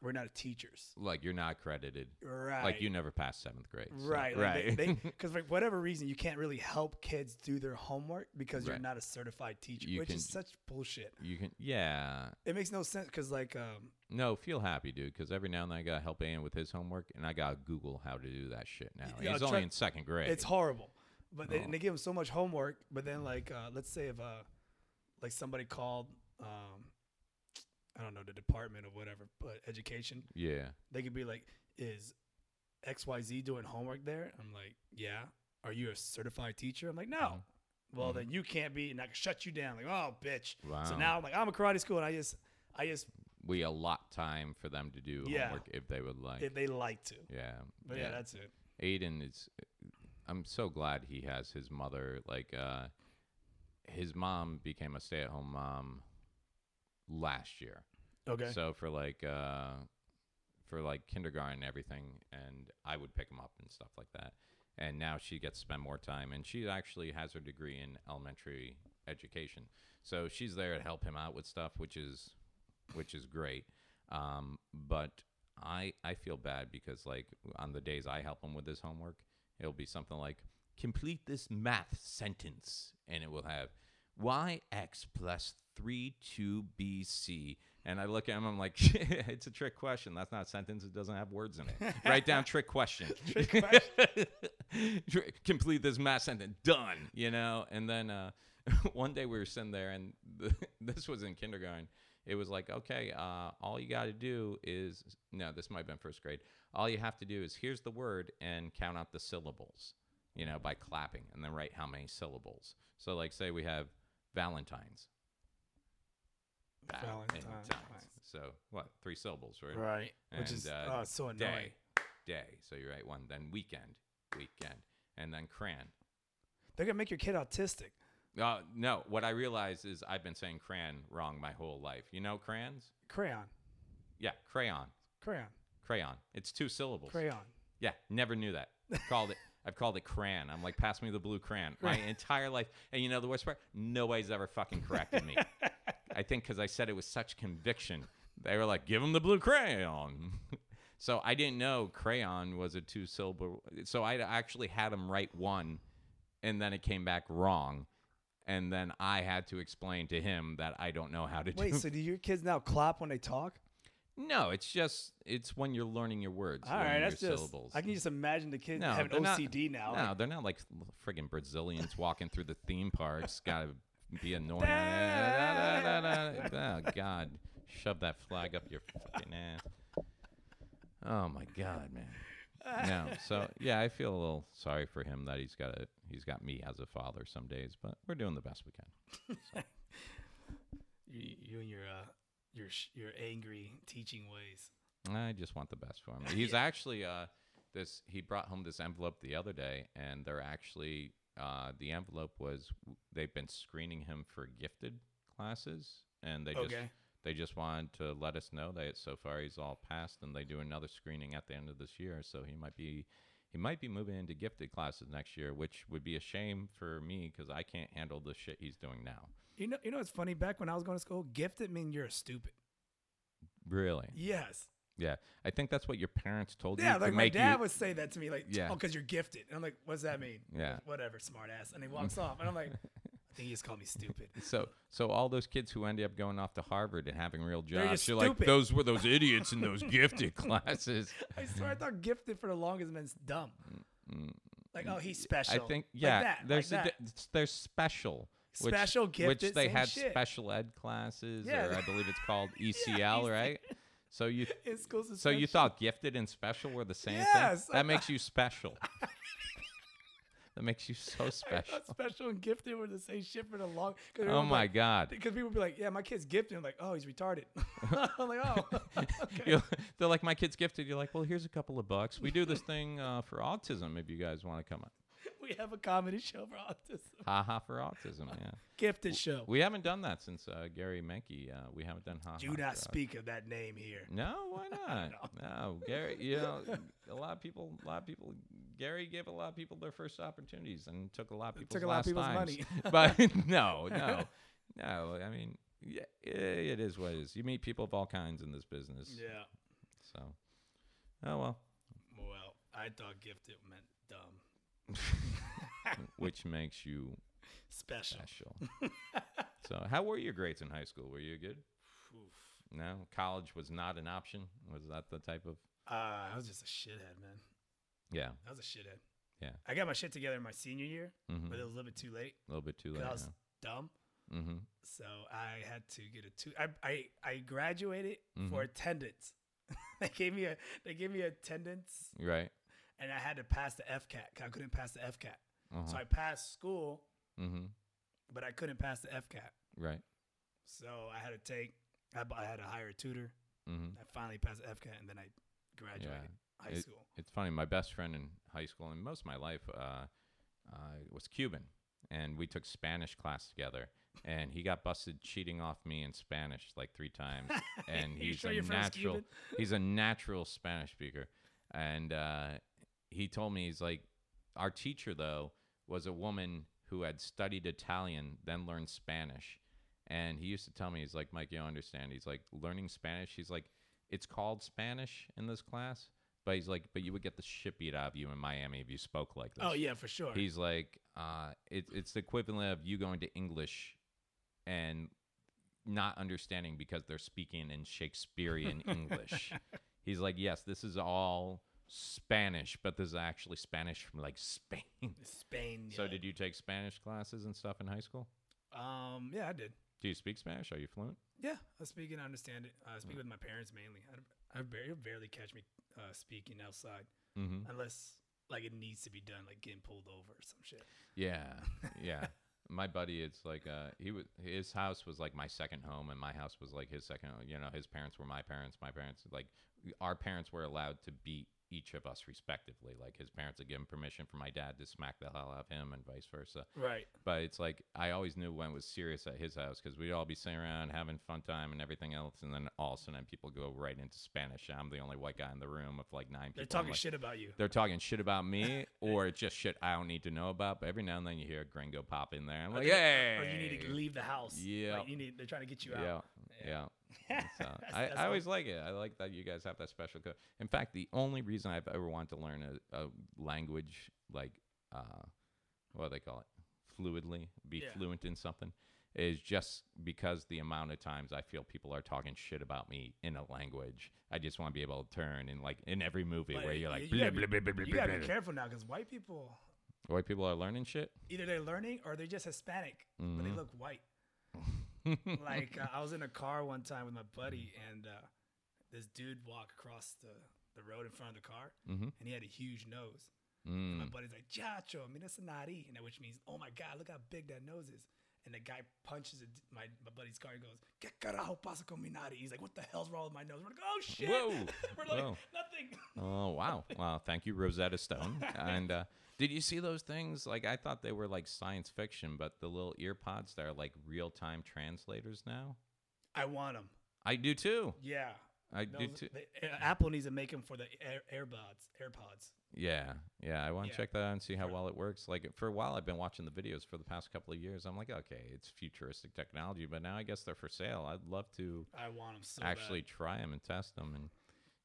B: we're not teachers
A: Like you're not credited.
B: right
A: Like you never passed seventh grade. so-
B: right
A: right.
B: because for whatever reason you can't really help kids do their homework because you're
A: Right.
B: not a certified teacher
A: You
B: which is
A: can-
B: such bullshit
A: you can. Yeah.
B: it makes no sense because like um
A: No, feel happy, dude, because every now and then I gotta help Ian with his homework, and I gotta Google how to do that shit now.
B: Yeah,
A: He's
B: I'll
A: only
B: uh, try-
A: in second grade.
B: it's horrible but they,
A: Oh.
B: and they give them so much homework but then like uh let's say if uh like somebody called um i don't know the department or whatever but education
A: yeah,
B: they could be like, "Is XYZ doing homework there?" I'm like, "Yeah." Are you a certified teacher? I'm like, "No."
A: Mhm.
B: Well,
A: Mhm.
B: then you can't be, and I can shut you down. Like, oh, bitch.
A: wow.
B: So now I'm like, I'm a karate school, and I just, I just,
A: we allot time for them to do
B: Yeah.
A: homework if they would like.
B: if they like to,
A: yeah,
B: but yeah, that's it.
A: Aiden is. I'm so glad he has his mother. Like, uh, his mom became a stay-at-home mom last year.
B: Okay.
A: So for like uh, for like kindergarten and everything, and I would pick them up and stuff like that. And now she gets to spend more time, and she actually has her degree in elementary education. So she's there to help him out with stuff, which is which is great. Um, but I I feel bad because like on the days I help him with his homework, it'll be something like complete this math sentence, and it will have yx plus 3 2 bc and i look at him i'm like it's a trick question that's not a sentence it doesn't have words in it write down trick question
B: Trick question.
A: Dr- complete this math sentence done you know and then uh, one day we were sitting there and the, this was in kindergarten it was like okay uh, all you got to do is no this might have been first grade all you have to do is here's the word and count out the syllables you know by clapping and then write how many syllables so like say we have valentines
B: Valentine's.
A: so what three syllables right
B: Right. Which
A: And,
B: is
A: uh,
B: oh, it's so annoying.
A: day day so you write one then weekend weekend and then crayon
B: They're gonna make your kid autistic.
A: uh, no what i realized is i've been saying crayon wrong my whole life you know crayons
B: Crayon.
A: yeah crayon
B: Crayon.
A: crayon it's two syllables
B: Crayon.
A: Yeah, never knew that. Called it. I've called it crayon. I'm like, pass me the blue crayon my entire life. And you know the worst part? Nobody's ever fucking corrected me. I think because I said it with such conviction, they were like, give him the blue crayon. so I didn't know crayon was a two syllable. So I actually had him write one, and then it came back wrong. And then I had to explain to him that I don't know how to
B: Wait,
A: do.
B: so do your kids now clap when they talk?
A: no, it's just it's when you're learning your words,
B: All
A: learning
B: right, that's
A: your
B: just.
A: syllables.
B: I can just imagine the kids
A: No,
B: having
A: they're not-
B: OCD now.
A: No,
B: like,
A: they're not like friggin' Brazilians walking through the theme parks. Gotta be annoying. oh God, shove that flag up your fucking ass. Oh my God, man. No, so yeah, I feel a little sorry for him that he's got a he's got me as a father some days, but we're doing the best we can.
B: you, you and your uh, your sh- your angry teaching ways.
A: I just want the best for him. He's actually uh, this. He brought home this envelope the other day, and they're actually uh, the envelope was they've been screening him for gifted classes, and they just
B: Okay.
A: they just wanted to let us know that so far he's all passed, and they do another screening at the end of this year, so he might be. He might be moving into gifted classes next year, which would be a shame for me because I can't handle the shit he's doing now.
B: You know, you know, it's funny. Back when I was going to school, gifted mean you're stupid.
A: Really?
B: Yes.
A: Yeah. I think that's what your parents told
B: Yeah,
A: you
B: like
A: to
B: my
A: make
B: dad
A: you.
B: would say that to me, like,
A: Yeah.
B: oh, because you're gifted. And I'm like, what does that mean?
A: Yeah.
B: Whatever, smart ass. And he walks off. And I'm like, I think he just called me stupid.
A: So, so all those kids who ended up going off to Harvard and having real
B: They're
A: jobs,
B: just
A: you're like,
B: stupid.
A: those were those idiots in those gifted classes.
B: I swear I thought gifted for the longest meant dumb. Like, oh, he's
A: I
B: special.
A: think, Mm,
B: Like
A: yeah,
B: that, like
A: there's a
B: that.
A: di- s- there's special, which,
B: Special
A: which
B: gifted,
A: they
B: same
A: had
B: shit.
A: special ed classes,
B: Yeah. E
A: or I believe it's called ECL,
B: ECL.
A: right? So you,
B: in school
A: so you
B: suspension.
A: thought gifted and special were the same
B: Yes,
A: thing?
B: I
A: That makes you special. that makes you so
B: I
A: special.
B: thought special and gifted were the same shit for the long.
A: Oh
B: Cause everyone's
A: my
B: like-
A: God.
B: Because people would be like, yeah, my kid's gifted. I'm like, oh, he's retarded. I'm like, oh, okay.
A: You're- they're like, my kid's gifted. You're like, well, here's a couple of bucks. We do this thing uh, for autism if you guys want to come up.
B: we have a comedy show for autism.
A: Haha for autism, yeah.
B: Gifted show.
A: We haven't done that since uh, Gary Menke. Uh, we haven't done haha.
B: Do
A: for
B: not
A: Autism.
B: speak of that name here.
A: No, why not? no, Gary. You know, a lot of people, a lot of people. Gary gave a lot of people their first opportunities and took a lot of people's
B: took a lot of
A: last
B: people's
A: times. but no, no, no. I mean, yeah, it is what it is. You meet people of all kinds in this business.
B: Yeah.
A: So, oh well.
B: Well, I thought gifted meant dumb.
A: which makes you
B: Special.
A: special. so, how were your grades in high school? Were you good?
B: Oof.
A: No, college was not an option. Was that the type of?
B: Uh, I was just a shithead, man.
A: Yeah,
B: I was a shithead.
A: Yeah.
B: I got my shit together in my senior year,
A: mm-hmm.
B: but it
A: a
B: was a little bit too late.
A: little bit too
B: 'cause
A: late.
B: I was dumb.
A: mm-hmm.
B: So I had to get a two. I I, I graduated
A: Mm-hmm.
B: for attendance. they gave me a they gave me attendance,
A: Right.
B: and I had to pass the FCAT. 'cause I couldn't pass the FCAT,
A: Uh-huh.
B: so I passed school,
A: mm-hmm.
B: but I couldn't pass the FCAT.
A: Right.
B: So I had to take. I, bu- I had to hire a tutor.
A: Mm-hmm.
B: I finally passed the FCAT, and then I graduated high
A: It-
B: school.
A: It's funny. My best friend in high school and most of my life uh, uh, was Cuban, and we took Spanish class together. And he got busted cheating off me in Spanish like three times. And
B: You
A: he's
B: sure
A: a
B: your friend's
A: natural.
B: Cuban?
A: He's a natural Spanish speaker. And uh, he told me he's like, our teacher though was a woman who had studied Italian, then learned Spanish. And he used to tell me, he's like, Mike, you don't understand. He's like, learning Spanish. He's like, it's called Spanish in this class, but he's like, but you would get the shit beat out of you in Miami if you spoke like this.
B: Oh yeah, for sure.
A: He's like, uh, it, it's the equivalent of you going to English and not understanding because they're speaking in Shakespearean English. He's like, yes, this is all Spanish, but this is actually Spanish from like Spain.
B: Spain.
A: So, did you take Spanish classes and stuff in high school?
B: you? Um. Yeah, I did.
A: Do you speak Spanish? Are you fluent?
B: Yeah, I speak and I understand it. I
A: Mm.
B: speak with my parents mainly. I, I barely, barely catch me uh, speaking outside
A: Mm-hmm.
B: unless like it needs to be done, like getting pulled over or some shit.
A: Yeah, yeah. my buddy, it's like uh, he was his house was like my second home, and my house was like his second. home. You know, his parents were my parents. My parents like our parents were allowed to beat each of us respectively. Like his parents had given permission for my dad to smack the hell out of him, and vice versa.
B: Right.
A: But it's like I always knew when it was serious at his house because we'd all be sitting around having fun time and everything else, and then all of a sudden people go right into Spanish. and I'm the only white guy in the room of like nine people.
B: They're
A: I'm
B: talking
A: like,
B: shit about you.
A: they're talking shit about me or it's just shit I don't need to know about. But every now and then you hear a gringo pop in there. I'm like, hey.
B: Or you need to leave the house.
A: Yeah.
B: Like you need. They're trying to get you
A: Yeah.
B: out.
A: Yeah. So
B: That's-
A: I,
B: that's
A: I
B: what-
A: always like it. I like that you guys have that special code. In fact, the only reason I've ever wanted to learn a, a language like uh, what do they call it? Fluidly, be
B: Yeah.
A: fluent in something is just because the amount of times I feel people are talking shit about me in a language. I just want to be able to turn and like in every movie
B: But
A: where you're
B: y-
A: like,
B: you
A: blah,
B: gotta
A: blah, blah,
B: be-
A: blah, blah,
B: You gotta
A: blah.
B: be careful now because white people
A: white people are learning shit.
B: either they're learning or they're just Hispanic, but they look white. like uh, I was in a car one time with my buddy, and uh, this dude walked across the, the road in front of the car,
A: Mhm.
B: and he had a huge nose.
A: Mm.
B: My buddy's like, "Chacho, mira esa nariz," and that- which means, "Oh my God, look how big that nose is." and the guy punches it, my my buddy's car. He goes, "Qué carajo pasa con mi nariz?" He's like, "What the hell's wrong with my nose?" We're like, "Oh shit!"
A: Whoa.
B: We're like,
A: Whoa.
B: "Nothing."
A: Oh wow! Wow! Thank you, Rosetta Stone. and uh, did you see those things? Like I thought they were like science fiction, but the little ear pods that are like real time translators now.
B: I want them.
A: I do too.
B: Yeah.
A: I do
B: Those-
A: too.
B: they- uh, Apple needs to make them for the Air, AirPods. AirPods.
A: Yeah, yeah. I want to
B: Yeah.
A: check that out and see how well it works. Like for a while, I've been watching the videos for the past couple of years. I'm like, okay, it's futuristic technology, but now I guess they're for sale. I'd love to
B: I want them so bad.
A: actually try 'em try them and test them. And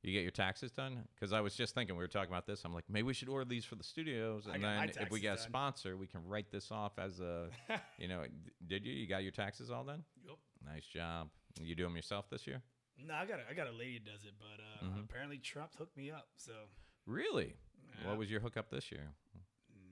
A: you get your taxes done? Because I was just thinking we were talking about this. I'm like, maybe we should order these for the studios,
B: I
A: and
B: got my
A: then if we
B: taxes
A: get a
B: done.
A: sponsor, we can write this off as a, you know, d- did you? You got your taxes all done?
B: Yup.
A: Nice job. You do them yourself this year?
B: No, I got a, I got a lady that does it, but uh, apparently Trump hooked me up. So
A: Really?
B: Yeah.
A: Mm-hmm. What was your hookup this year?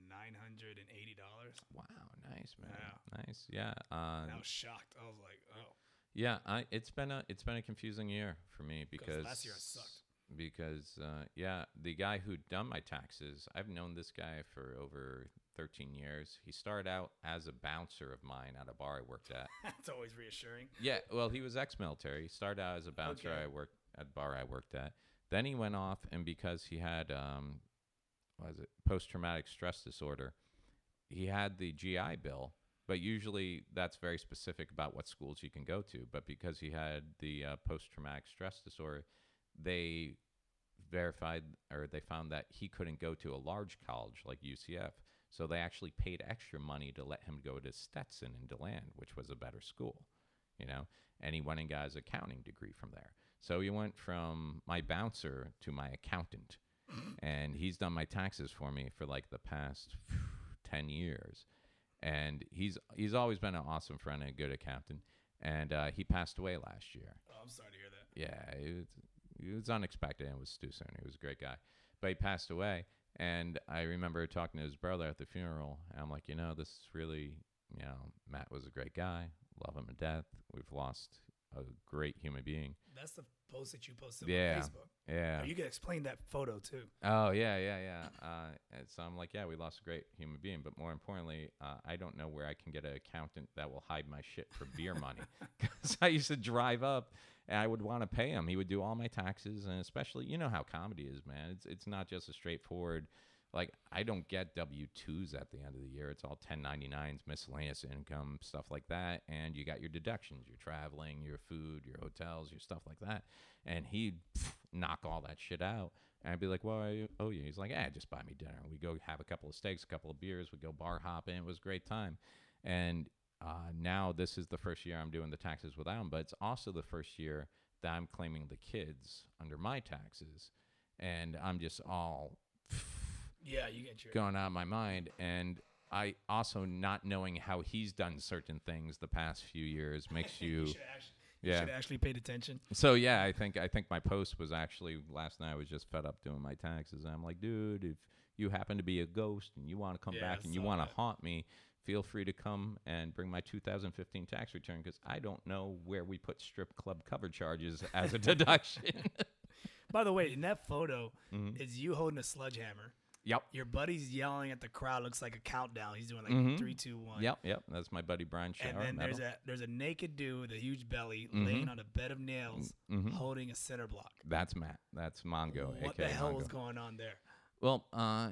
B: nine hundred and eighty dollars.
A: Wow, nice man,
B: Yeah.
A: nice. Yeah, uh,
B: I was shocked. I was like, oh,
A: yeah. I, it's been a it's been a confusing year for me because
B: because last year I sucked.
A: because uh, yeah, the guy who done my taxes, I've known this guy for over 13 years. He started out as a bouncer of mine at a bar I worked at.
B: That's always reassuring.
A: yeah, well, he was ex-military. He started out as a bouncer
B: Okay.
A: I worked at a bar I worked at. Then he went off, and because he had um, what is it post-traumatic stress disorder, he had the GI Bill. But usually, that's very specific about what schools you can go to. But because he had the uh, post-traumatic stress disorder, they verified or they found that he couldn't go to a large college like UCF. So they actually paid extra money to let him go to Stetson in Deland, which was a better school, you know. And he went and got his accounting degree from there. So he went from my bouncer to my accountant, and he's done my taxes for me for like the past ten years. And he's he's always been an awesome friend and a good accountant. And uh, he passed away last year.
B: Oh, I'm sorry to hear that.
A: Yeah, it was, it was unexpected and it was too soon. He was a great guy. But he passed away. And I remember talking to his brother at the funeral. And I'm like, you know, this is really, you know, Matt was a great guy. Love him to death. We've lost a great human being.
B: That's the post that you posted
A: Yeah.
B: on Facebook.
A: Yeah.
B: Oh, you could explain that photo too.
A: Oh yeah, yeah, yeah. Uh, and so I'm like, yeah, we lost a great human being, but more importantly, uh, I don't know where I can get an accountant that will hide my shit for beer money. Because I used to drive up, and I would want to pay him. He would do all my taxes, and especially, you know how comedy is, man. It's it's not just a straightforward. Like I don't get W twos at the end of the year. It's all 1099s, miscellaneous income, stuff like that, and you got your deductions, your traveling, your food, your hotels, your stuff like that. And he'd pff, knock all that shit out. And I'd be like, well, I owe you. He's like, eh, just buy me dinner. We go have a couple of steaks, a couple of beers. We go bar hopping. It was a great time. And uh, now this is the first year I'm doing the taxes without him, but it's also the first year that I'm claiming the kids under my taxes. And I'm just all
B: Yeah, you get your.
A: going out of my mind and i also not knowing how he's done certain things the past few years makes you
B: should actually,
A: Yeah.
B: should actually paid attention.
A: so yeah i think i think my post was actually last night i was just fed up doing my taxes and i'm like dude if you happen to be a ghost and you want to come
B: Yeah, I
A: back and you
B: saw
A: want
B: that.
A: to haunt me feel free to come and bring my 2015 tax return because i don't know where we put strip club cover charges as a deduction
B: By the way, in that photo,
A: Mm-hmm.
B: is you holding a sledgehammer.
A: yep
B: Your buddy's yelling at the crowd. Looks like a countdown. He's doing like
A: Mhm.
B: three, two, one.
A: yep yep that's my buddy brian Shower,
B: And then there's
A: metal. Mm-hmm.
B: a there's a naked dude with a huge belly laying on a bed of nails, holding a center block.
A: that's matt that's mongo
B: What
A: aka
B: the hell
A: mongo.
B: was going on there?
A: Well, uh,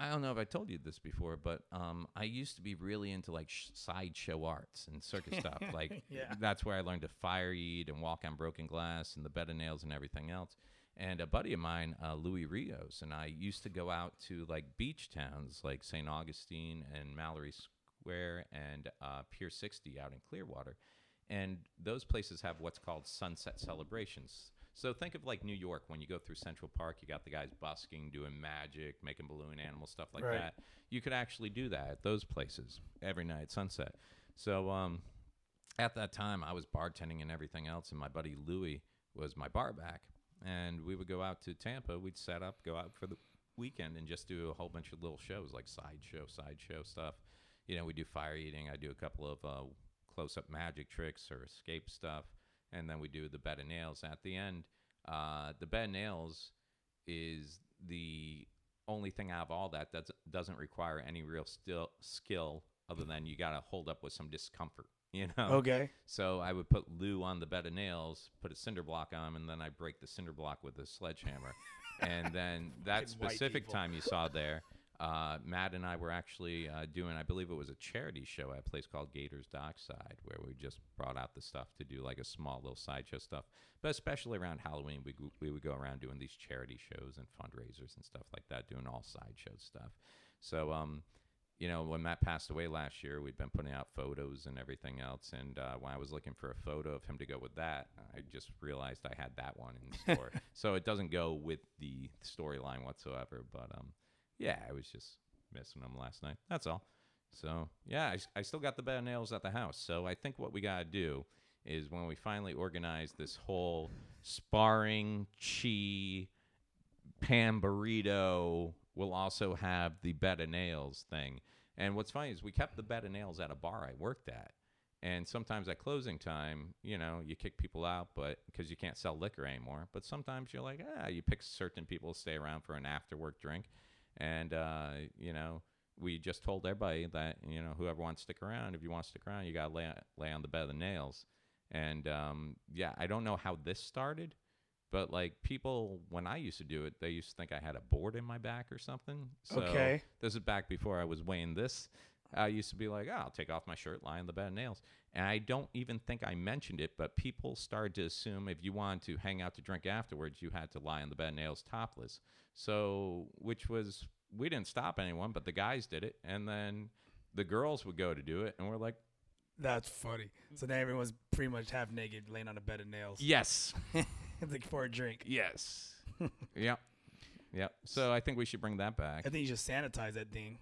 A: I don't know if I told you this before, but um, I used to be really into like sh- sideshow arts and circus stuff. Like
B: Yeah.
A: that's where I learned to fire eat and walk on broken glass and the bed of nails and everything else. And a buddy of mine, uh, Louis Rios, and I used to go out to like beach towns like St. Augustine and Mallory Square and uh, Pier 60 out in Clearwater. And those places have what's called sunset celebrations. So think of like New York when you go through Central Park, you got the guys busking, doing magic, making balloon animals, stuff like
B: Right.
A: that. You could actually do that at those places every night at sunset. So um, at that time, I was bartending and everything else, and my buddy Louie was my bar back. And we would go out to Tampa. We'd set up, go out for the weekend, and just do a whole bunch of little shows like sideshow, sideshow stuff. You know, we do fire eating. I do a couple of uh, close up magic tricks or escape stuff. And then we do the bed of nails. At the end, uh, the bed of nails is the only thing out of all that that doesn't require any real still skill other than you got to hold up with some discomfort, you know?
B: Okay.
A: So I would put glue on the bed of nails, put a cinder block on 'em, and then I break the cinder block with a sledgehammer. and then that
B: Fucking white
A: specific
B: people.
A: time you saw there, uh, Matt and I were actually uh, doing, I believe it was a charity show at a place called Gators Dockside, where we just brought out the stuff to do like a small little sideshow stuff. But especially around Halloween, we, go- we would go around doing these charity shows and fundraisers and stuff like that, doing all sideshow stuff. So, um, you know, when Matt passed away last year, we'd been putting out photos and everything else. And uh, when I was looking for a photo of him to go with that, I just realized I had that one in store. so it doesn't go with the storyline whatsoever. But um, yeah, I was just missing him last night. That's all. So yeah, I, s- I still got the bed of nails at the house. So I think what we gotta do is when we finally organize this whole sparring chi pan burrito will also have the bed of nails thing. And what's funny is we kept the bed of nails at a bar I worked at. And sometimes at closing time, you know, you kick people out, but because you can't sell liquor anymore. But sometimes you're like, ah, you pick certain people to stay around for an after work drink. And, uh, you know, we just told everybody that, you know, whoever wants to stick around, if you want to stick around, you got to lay, lay on the bed of the nails. And um, yeah, I don't know how this started. But like people, when I used to do it, they used to think I had a board in my back or something. So
B: Okay.
A: This is back before I was weighing this. I used to be like, oh, I'll take off my shirt, lie on the bed of nails. And I don't even think I mentioned it, but people started to assume if you wanted to hang out to drink afterwards, you had to lie on the bed of nails topless. So, which was, we didn't stop anyone, but the guys did it. And then the girls would go to do it. And we're like,
B: That's funny. So now everyone's pretty much half naked, laying on a bed of nails,
A: yes,
B: like for a drink.
A: yes. yep. Yep. So I think we should bring that back.
B: I think you just sanitize that thing.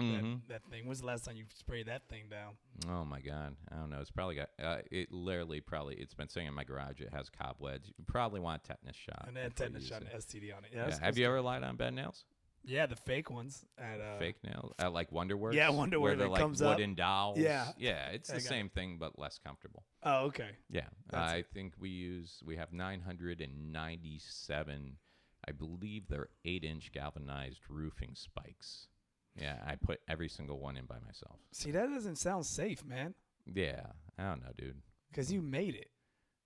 A: Mhm.
B: That, that thing. When's the last time you sprayed that thing down?
A: Oh my god, I don't know. It's probably got uh, it. Literally, probably it's been sitting in my garage. It has cobwebs. You probably want a tetanus shot.
B: And that
A: before you
B: tetanus
A: use
B: shot
A: it.
B: and STD on it.
A: Yeah.
B: Yeah. that's-
A: Have you ever lied on bed nails?
B: Yeah, the fake ones at uh,
A: Fake nails at like Wonderworks.
B: yeah,
A: where
B: Wonderwork
A: they're
B: that
A: like
B: comes up.
A: wooden dolls.
B: Yeah.
A: yeah. It's
B: I
A: the
B: got
A: same thing but less comfortable.
B: Oh, okay.
A: Yeah,
B: That's
A: I think we use we have 997. I believe they're eight inch galvanized roofing spikes. Yeah, I put every single one in by myself.
B: See, that doesn't sound safe, man,
A: Yeah, I don't know, dude.
B: because you made it.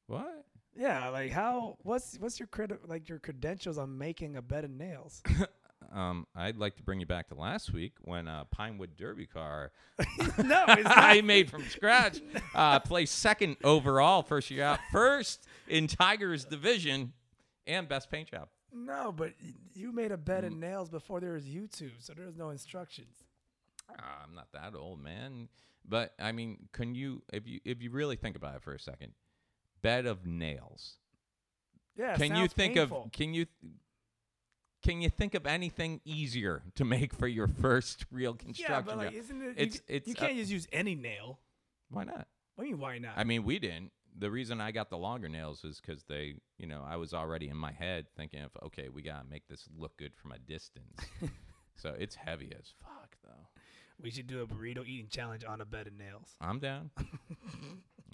A: What?
B: Yeah, like how? What's what's your credit? Like your credentials on making a bed of nails?
A: Um, I'd like to bring you back to last week when uh, Pinewood Derby car
B: no, it's
A: I
B: not.
A: made from scratch uh, placed second overall, first year out, first in Tigers division, and best paint job.
B: no, but y- you made a bed of
A: Mm.
B: nails before there was YouTube, so there was no instructions.
A: Ah, I'm not that old, man. But I mean, can you if you if you really think about it for a second, bed of nails.
B: Yeah.
A: can you
B: sounds
A: think
B: painful.
A: of can you can you think of anything easier to make for your first real
B: Yeah,
A: construction
B: but like,
A: job?
B: isn't it?
A: It's-
B: you, c-
A: it's,
B: you
A: uh,
B: can't just use any nail.
A: Why not?
B: What do you mean? Why not?
A: I mean, we didn't. The reason I got the longer nails was because they, you know, I was already in my head thinking of, okay, we gotta make this look good from a distance. so it's heavy as fuck, though.
B: we should do a burrito eating challenge on a bed of nails.
A: I'm down.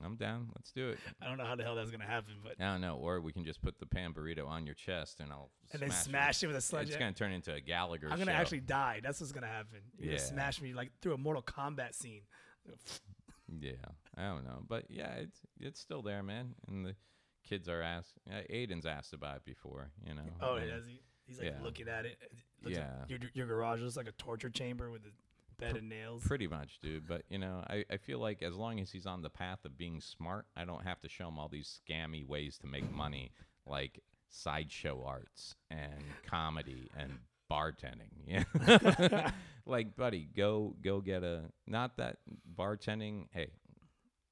A: I'm down. Let's do it.
B: I don't know how the hell that's gonna happen, but
A: I don't know, or we can just put the pan burrito on your chest and I'll
B: and then smash it with
A: It.
B: a
A: It's
B: sledgehammer.
A: gonna turn into a Gallagher.
B: I'm gonna
A: show.
B: actually die. That's what's gonna happen. You're
A: Yeah.
B: gonna smash me like through a Mortal Kombat scene.
A: Yeah, I don't know, but yeah, it's it's still there, man. And the kids are asked. uh, Aiden's asked about it before, you know.
B: Oh,
A: and-
B: yeah. He, he's like
A: Yeah.
B: looking at it. It looks like
A: Yeah.
B: your, your garage looks like a torture chamber with a bed of nails.
A: Pretty much, dude. But you know, I, I feel like as long as he's on the path of being smart, I don't have to show him all these scammy ways to make money, like sideshow arts and comedy and bartending. Yeah, like buddy, go go get a not that bartending. Hey,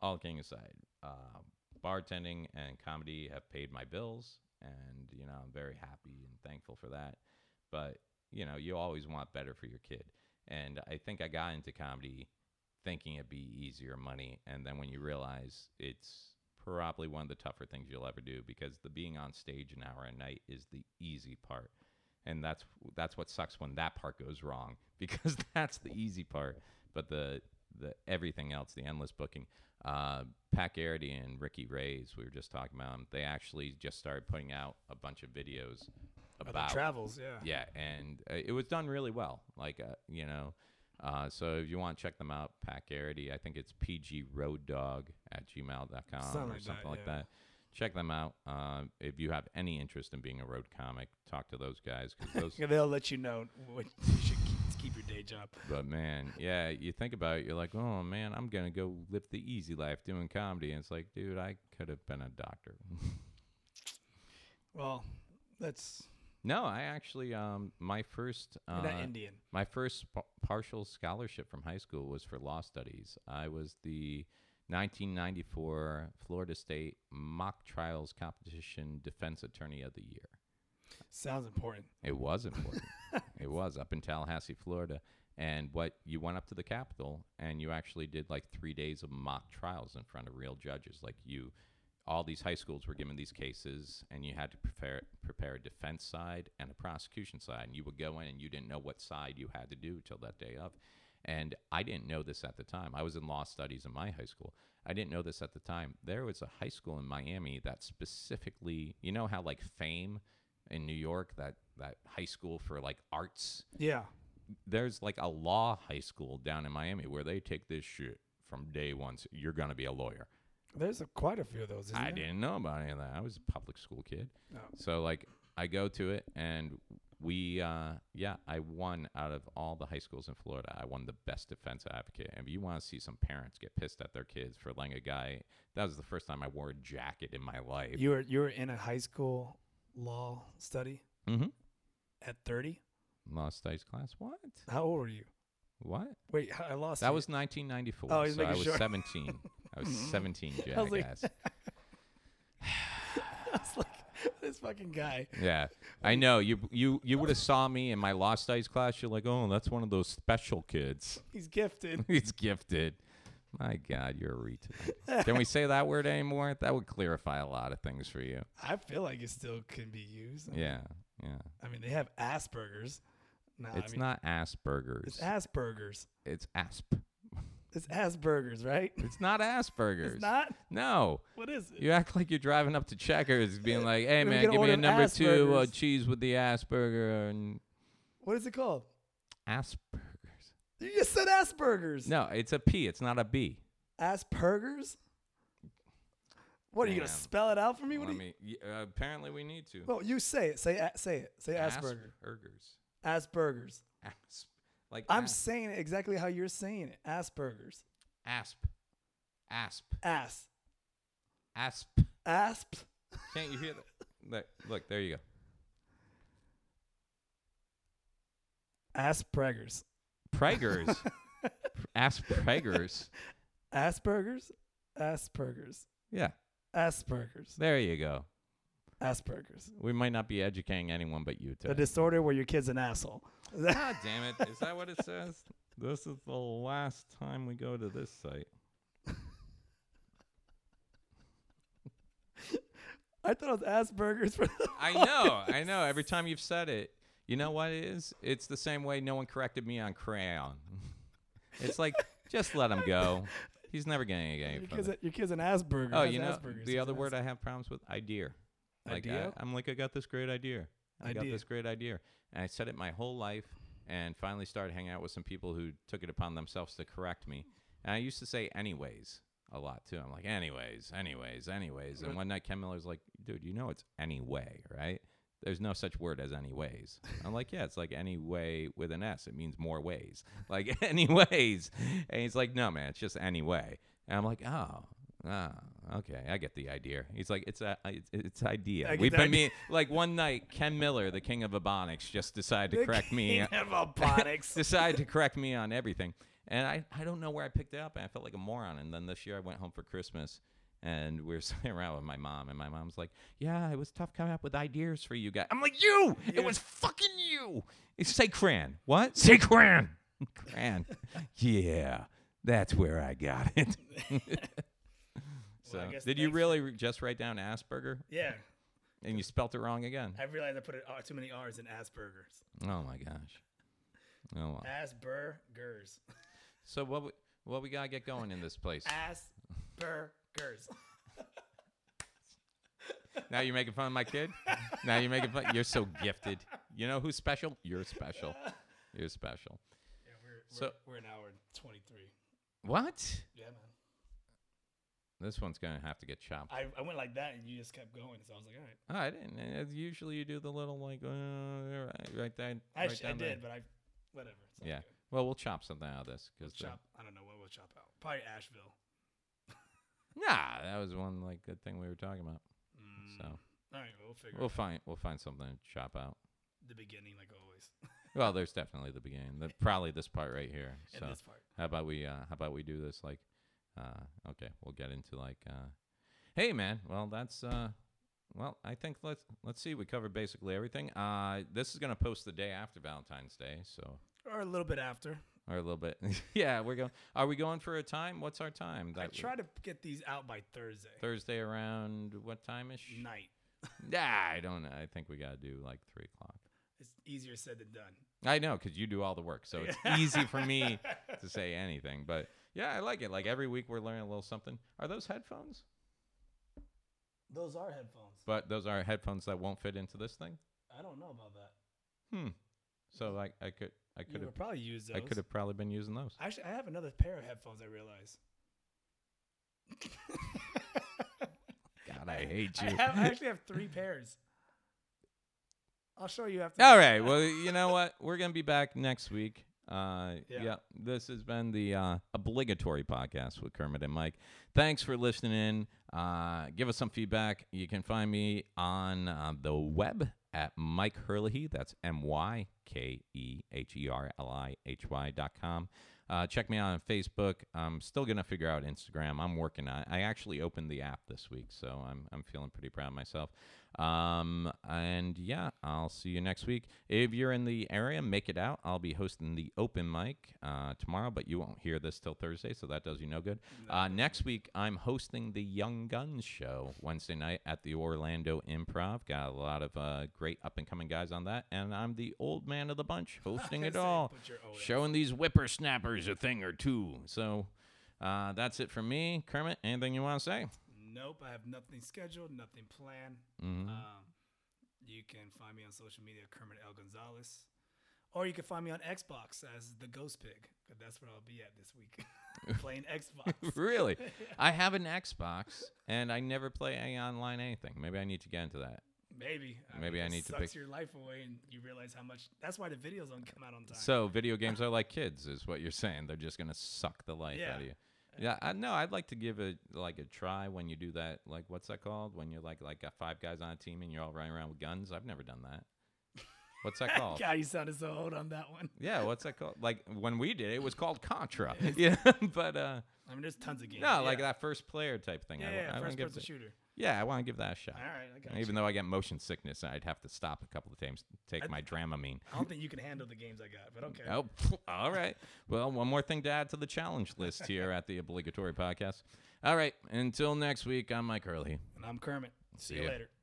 A: all kidding aside, uh, bartending and comedy have paid my bills, and you know I'm very happy and thankful for that. But you know, you always want better for your kid. And I think I got into comedy thinking it'd be easier money. And then when you realize it's probably one of the tougher things you'll ever do because the being on stage an hour a night is the easy part. And that's that's what sucks when that part goes wrong because that's the easy part. But the the everything else, the endless booking. Uh, Pat Garrity and Ricky Reyes, we were just talking about 'em, They actually just started putting out a bunch of videos
B: Other
A: about
B: travels, yeah.
A: yeah, and uh, it was done really well. Like, uh, you know, Uh, so if you want to check them out, Pat Garrity, I think it's pgroaddog at gmail.com
B: Something
A: or
B: like that,
A: something like
B: yeah.
A: that. Check them out. Uh, if you have any interest in being a road comic, talk to those guys. 'cause those,
B: Yeah, they'll let you know what you should keep, keep your day job.
A: but man, yeah, you think about it, you're like, oh man, I'm gonna go live the easy life doing comedy. And it's like, dude, I could have been a doctor.
B: Well, that's
A: no, I actually, um, my first,
B: you're not
A: uh,
B: Indian.
A: My first sp- partial scholarship from high school was for law studies. I was the 1994 Florida State Mock Trials Competition Defense Attorney of the Year.
B: Sounds important.
A: It was important. it was up in Tallahassee, Florida. And what you went up to the Capitol and you actually did like three days of mock trials in front of real judges. Like you, all these high schools were given these cases and you had to prepare, prepare a defense side and a prosecution side. And you would go in and you didn't know what side you had to do till that day of. And I didn't know this at the time. I was in law studies in my high school. I didn't know this at the time. There was a high school in Miami that specifically, you know how like fame in New York, that that high school for like arts.
B: Yeah.
A: There's like a law high school down in Miami where they take this shit from day one. So you're gonna be a lawyer.
B: There's a, quite a few of those. Isn't
A: I
B: there?
A: didn't know about any of that. I was a public school kid.
B: Oh.
A: So like I go to it and we uh yeah, I won out of all the high schools in Florida. I won the best defense advocate. And if you want to see some parents get pissed at their kids for letting a guy that was the first time I wore a jacket in my life.
B: You were you were in a high school law study
A: mm-hmm.
B: at 30.
A: Lost Dice class. What?
B: How old were you?
A: What?
B: Wait, I lost.
A: That
B: you.
A: was 1994.
B: Oh, he's
A: so I
B: making
A: was
B: sure.
A: 17. I was 17,
B: I was like-
A: jackass.
B: I was like this fucking guy.
A: yeah, I know. You you you would have saw me in my Lost Dice class. You're like, oh, that's one of those special kids.
B: He's gifted.
A: He's gifted. My God, you're a retard. Can we say that word anymore? That would clarify a lot of things for you.
B: I feel like it still can be used. I mean-
A: Yeah, yeah.
B: I mean, they have Aspergers. No, I
A: It's
B: mean,
A: not Asperger's.
B: It's Aspergers.
A: It's asp.
B: It's Aspergers, right?
A: It's not Asperger's.
B: It's not.
A: No.
B: What is it?
A: You act like you're driving up to Checkers, being like, "Hey
B: Let me
A: man,
B: get a
A: give me
B: order
A: a
B: of
A: number two uh,
B: Asperger's."
A: cheese with the Asperger and
B: What is it called?
A: Asperger's."
B: You just said Aspergers.
A: No, it's a P. It's not a B.
B: Aspergers? What are you gonna
A: Damn.
B: spell it out for me? What
A: Let
B: do you?
A: me- y- uh, apparently, we need to.
B: Well, you say it. Say a- say it. Say Asperger.
A: Asperger's.
B: Aspergers.
A: Asp. Like
B: I'm
A: asp.
B: saying it exactly how you're saying it. Aspergers.
A: asp. Asp.
B: Ass.
A: Asp.
B: Asp.
A: Can't you hear that? Look, look, there you go.
B: Aspergers.
A: Prager's. Asperger's.
B: Aspergers. Aspergers.
A: Yeah,
B: Aspergers.
A: there you go.
B: Aspergers.
A: We might not be educating anyone but you
B: The
A: today.
B: disorder where your kid's an asshole.
A: God damn it. Is that what it says? This is the last time we go to this site.
B: I thought it was Aspergers for.
A: I know, I know. Every time you've said it, you know what it is? It's the same way no one corrected me on crayon. It's like just let him go. He's never getting a
B: Your
A: game.
B: kid's, a, your kid's an Asperger.
A: Oh,
B: That's
A: you know
B: Asperger's.
A: the
B: He's
A: other
B: an
A: word I have problems with idea. Like
B: Idea?
A: I, am like I got this great idea. I got
B: Idea.
A: this great idea, and I said it my whole life, and finally started hanging out with some people who took it upon themselves to correct me. And I used to say anyways a lot too. I'm like anyways, anyways, anyways. And
B: Right.
A: one night Ken Miller's like, dude, you know it's any way, right? There's no such word as anyways. I'm like, yeah, it's like any way with an S. It means more ways. Like anyways. And he's like, no, man, it's just anyway. And I'm like, oh, oh, okay, I get the idea. He's like, it's a, it's, it's idea.
B: I get
A: We've
B: the
A: been
B: idea.
A: mean, like one night, Ken Miller, the king of abonics, just decided to
B: The
A: correct me.
B: king of abonics.
A: decided to correct me on everything, and I, I don't know where I picked it up, and I felt like a moron. And then this year, I went home for Christmas. And we were sitting around with my mom, and my mom's like, "Yeah, it was tough coming up with ideas for you guys." I'm like, "You! It was fucking you!" Say crayon. What? Say crayon. Crayon. yeah, that's where I got it. so,
B: Well, I guess
A: did you
B: thanks for-
A: really re- just write down Asperger?
B: Yeah,
A: And you spelt it wrong again.
B: I realized I put it, too many R's in Aspergers.
A: Oh my gosh. Oh well.
B: Aspergers.
A: So what we, what we gotta get going in this place?
B: Aspergers.
A: Now you're making fun of my kid. Now you're making fun. You're so gifted. You know who's special? You're special. You're special.
B: Yeah, we're
A: So-
B: we're an hour and 23.
A: What?
B: Yeah, man.
A: This one's gonna have to get chopped.
B: I, I went like that and you just kept going. So I was like, all right.
A: Oh, I didn't. uh, Usually you do the little like uh, right- right there.
B: I,
A: right
B: sh- I
A: down there.
B: did, but I, whatever. It's all
A: Yeah.
B: good.
A: Well, we'll chop something out of this
B: We'll
A: because
B: chop. I don't know what we'll chop out. Probably Asheville.
A: nah, that was one like good thing we were talking about.
B: Mm.
A: So
B: All right, we'll figure
A: we'll
B: out
A: find we'll find something to chop out.
B: the beginning like always.
A: Well, there's definitely the beginning. The, probably this part right here. So
B: And this part.
A: how about we uh, how about we do this like uh, okay, we'll get into like uh, hey man, well that's uh, well I think let's let's see we covered basically everything. Uh, this is gonna post the day after Valentine's Day, so
B: Or a little bit after.
A: or a little bit. yeah, we're going. Are we going for a time? What's our time?
B: I
A: That
B: try to get these out by Thursday
A: Thursday around what time ish?
B: night.
A: Nah, I don't know. I think we gotta do like three o'clock.
B: It's easier said than done.
A: I know, because you do all the work, so it's easy for me to say anything. But yeah, I like it. Like every week, we're learning a little something. Are those headphones?
B: Those are headphones.
A: But those are headphones that won't fit into this thing.
B: I don't know about that.
A: Hmm. So like, I could, I could
B: you
A: have,
B: would probably use those.
A: I could have probably been using those.
B: Actually, I have another pair of headphones. I realize.
A: God, I hate
B: I,
A: you.
B: have, I actually have three pairs. I'll show you after.
A: All
B: this.
A: right. Well, you know what? We're gonna be back next week. Uh, yeah.
B: Yeah.
A: This has been the uh, obligatory podcast with Kermit and Mike. Thanks for listening. in. Uh, give us some feedback. You can find me on uh, the web at Mike Herlihy. That's M Y K E H E R L I H Y dot com. Uh, check me out on Facebook. I'm still gonna figure out Instagram. I'm working on. It. I actually opened the app this week, so I'm I'm feeling pretty proud of myself. Um, and yeah, I'll see you next week. If you're in the area, make it out. I'll be hosting the open mic uh, tomorrow, but you won't hear this till Thursday, so that does you no good. Uh, next week, I'm hosting the Young Guns show Wednesday night at the Orlando Improv. Got a lot of uh, great up and coming guys on that, and I'm the old man of the bunch hosting
B: I
A: it
B: say,
A: all
B: put your old ass-
A: showing these whippersnappers a thing or two. So uh, that's it for me. Kermit, anything you want to say?
B: Nope, I have nothing scheduled, nothing planned.
A: Mhm.
B: Um, you can find me on social media, Kermit L. Gonzalez, or you can find me on Xbox as the Ghost Pig, 'cause that's where I'll be at this week, playing Xbox.
A: really? I have an Xbox and I never play any online anything. Maybe I need to get into that.
B: Maybe.
A: Maybe
B: mean,
A: I
B: it
A: need to
B: sucks
A: pick-
B: your life away, and you realize how much. That's why the videos don't come out on time.
A: So video games are like kids, is what you're saying. They're just gonna suck the life out of
B: Yeah.
A: you. Yeah, I know. I'd like to give it like a try when you do that. Like, what's that called? When you're like like got five guys on a team and you're all running around with guns. I've never done that. What's that called?
B: God, you sounded so old on that one.
A: Yeah, what's that called? Like when we did it, it was called Contra. yeah, but uh,
B: I mean, there's tons of games.
A: no, like
B: yeah.
A: that first player type thing.
B: Yeah,
A: I,
B: yeah,
A: I wanna
B: first
A: give
B: person
A: that,
B: shooter.
A: yeah, I want to give that a shot.
B: All right, I got
A: Even
B: you.
A: though I get motion sickness, and I'd have to stop a couple of times, to take my Dramamine.
B: I don't think you can handle the games I got, but okay.
A: Oh, all right. Well, one more thing to add to the challenge list here at the obligatory podcast. All right. Until next week, I'm Mike Hurley.
B: And I'm Kermit. See,
A: See
B: you
A: ya.
B: later.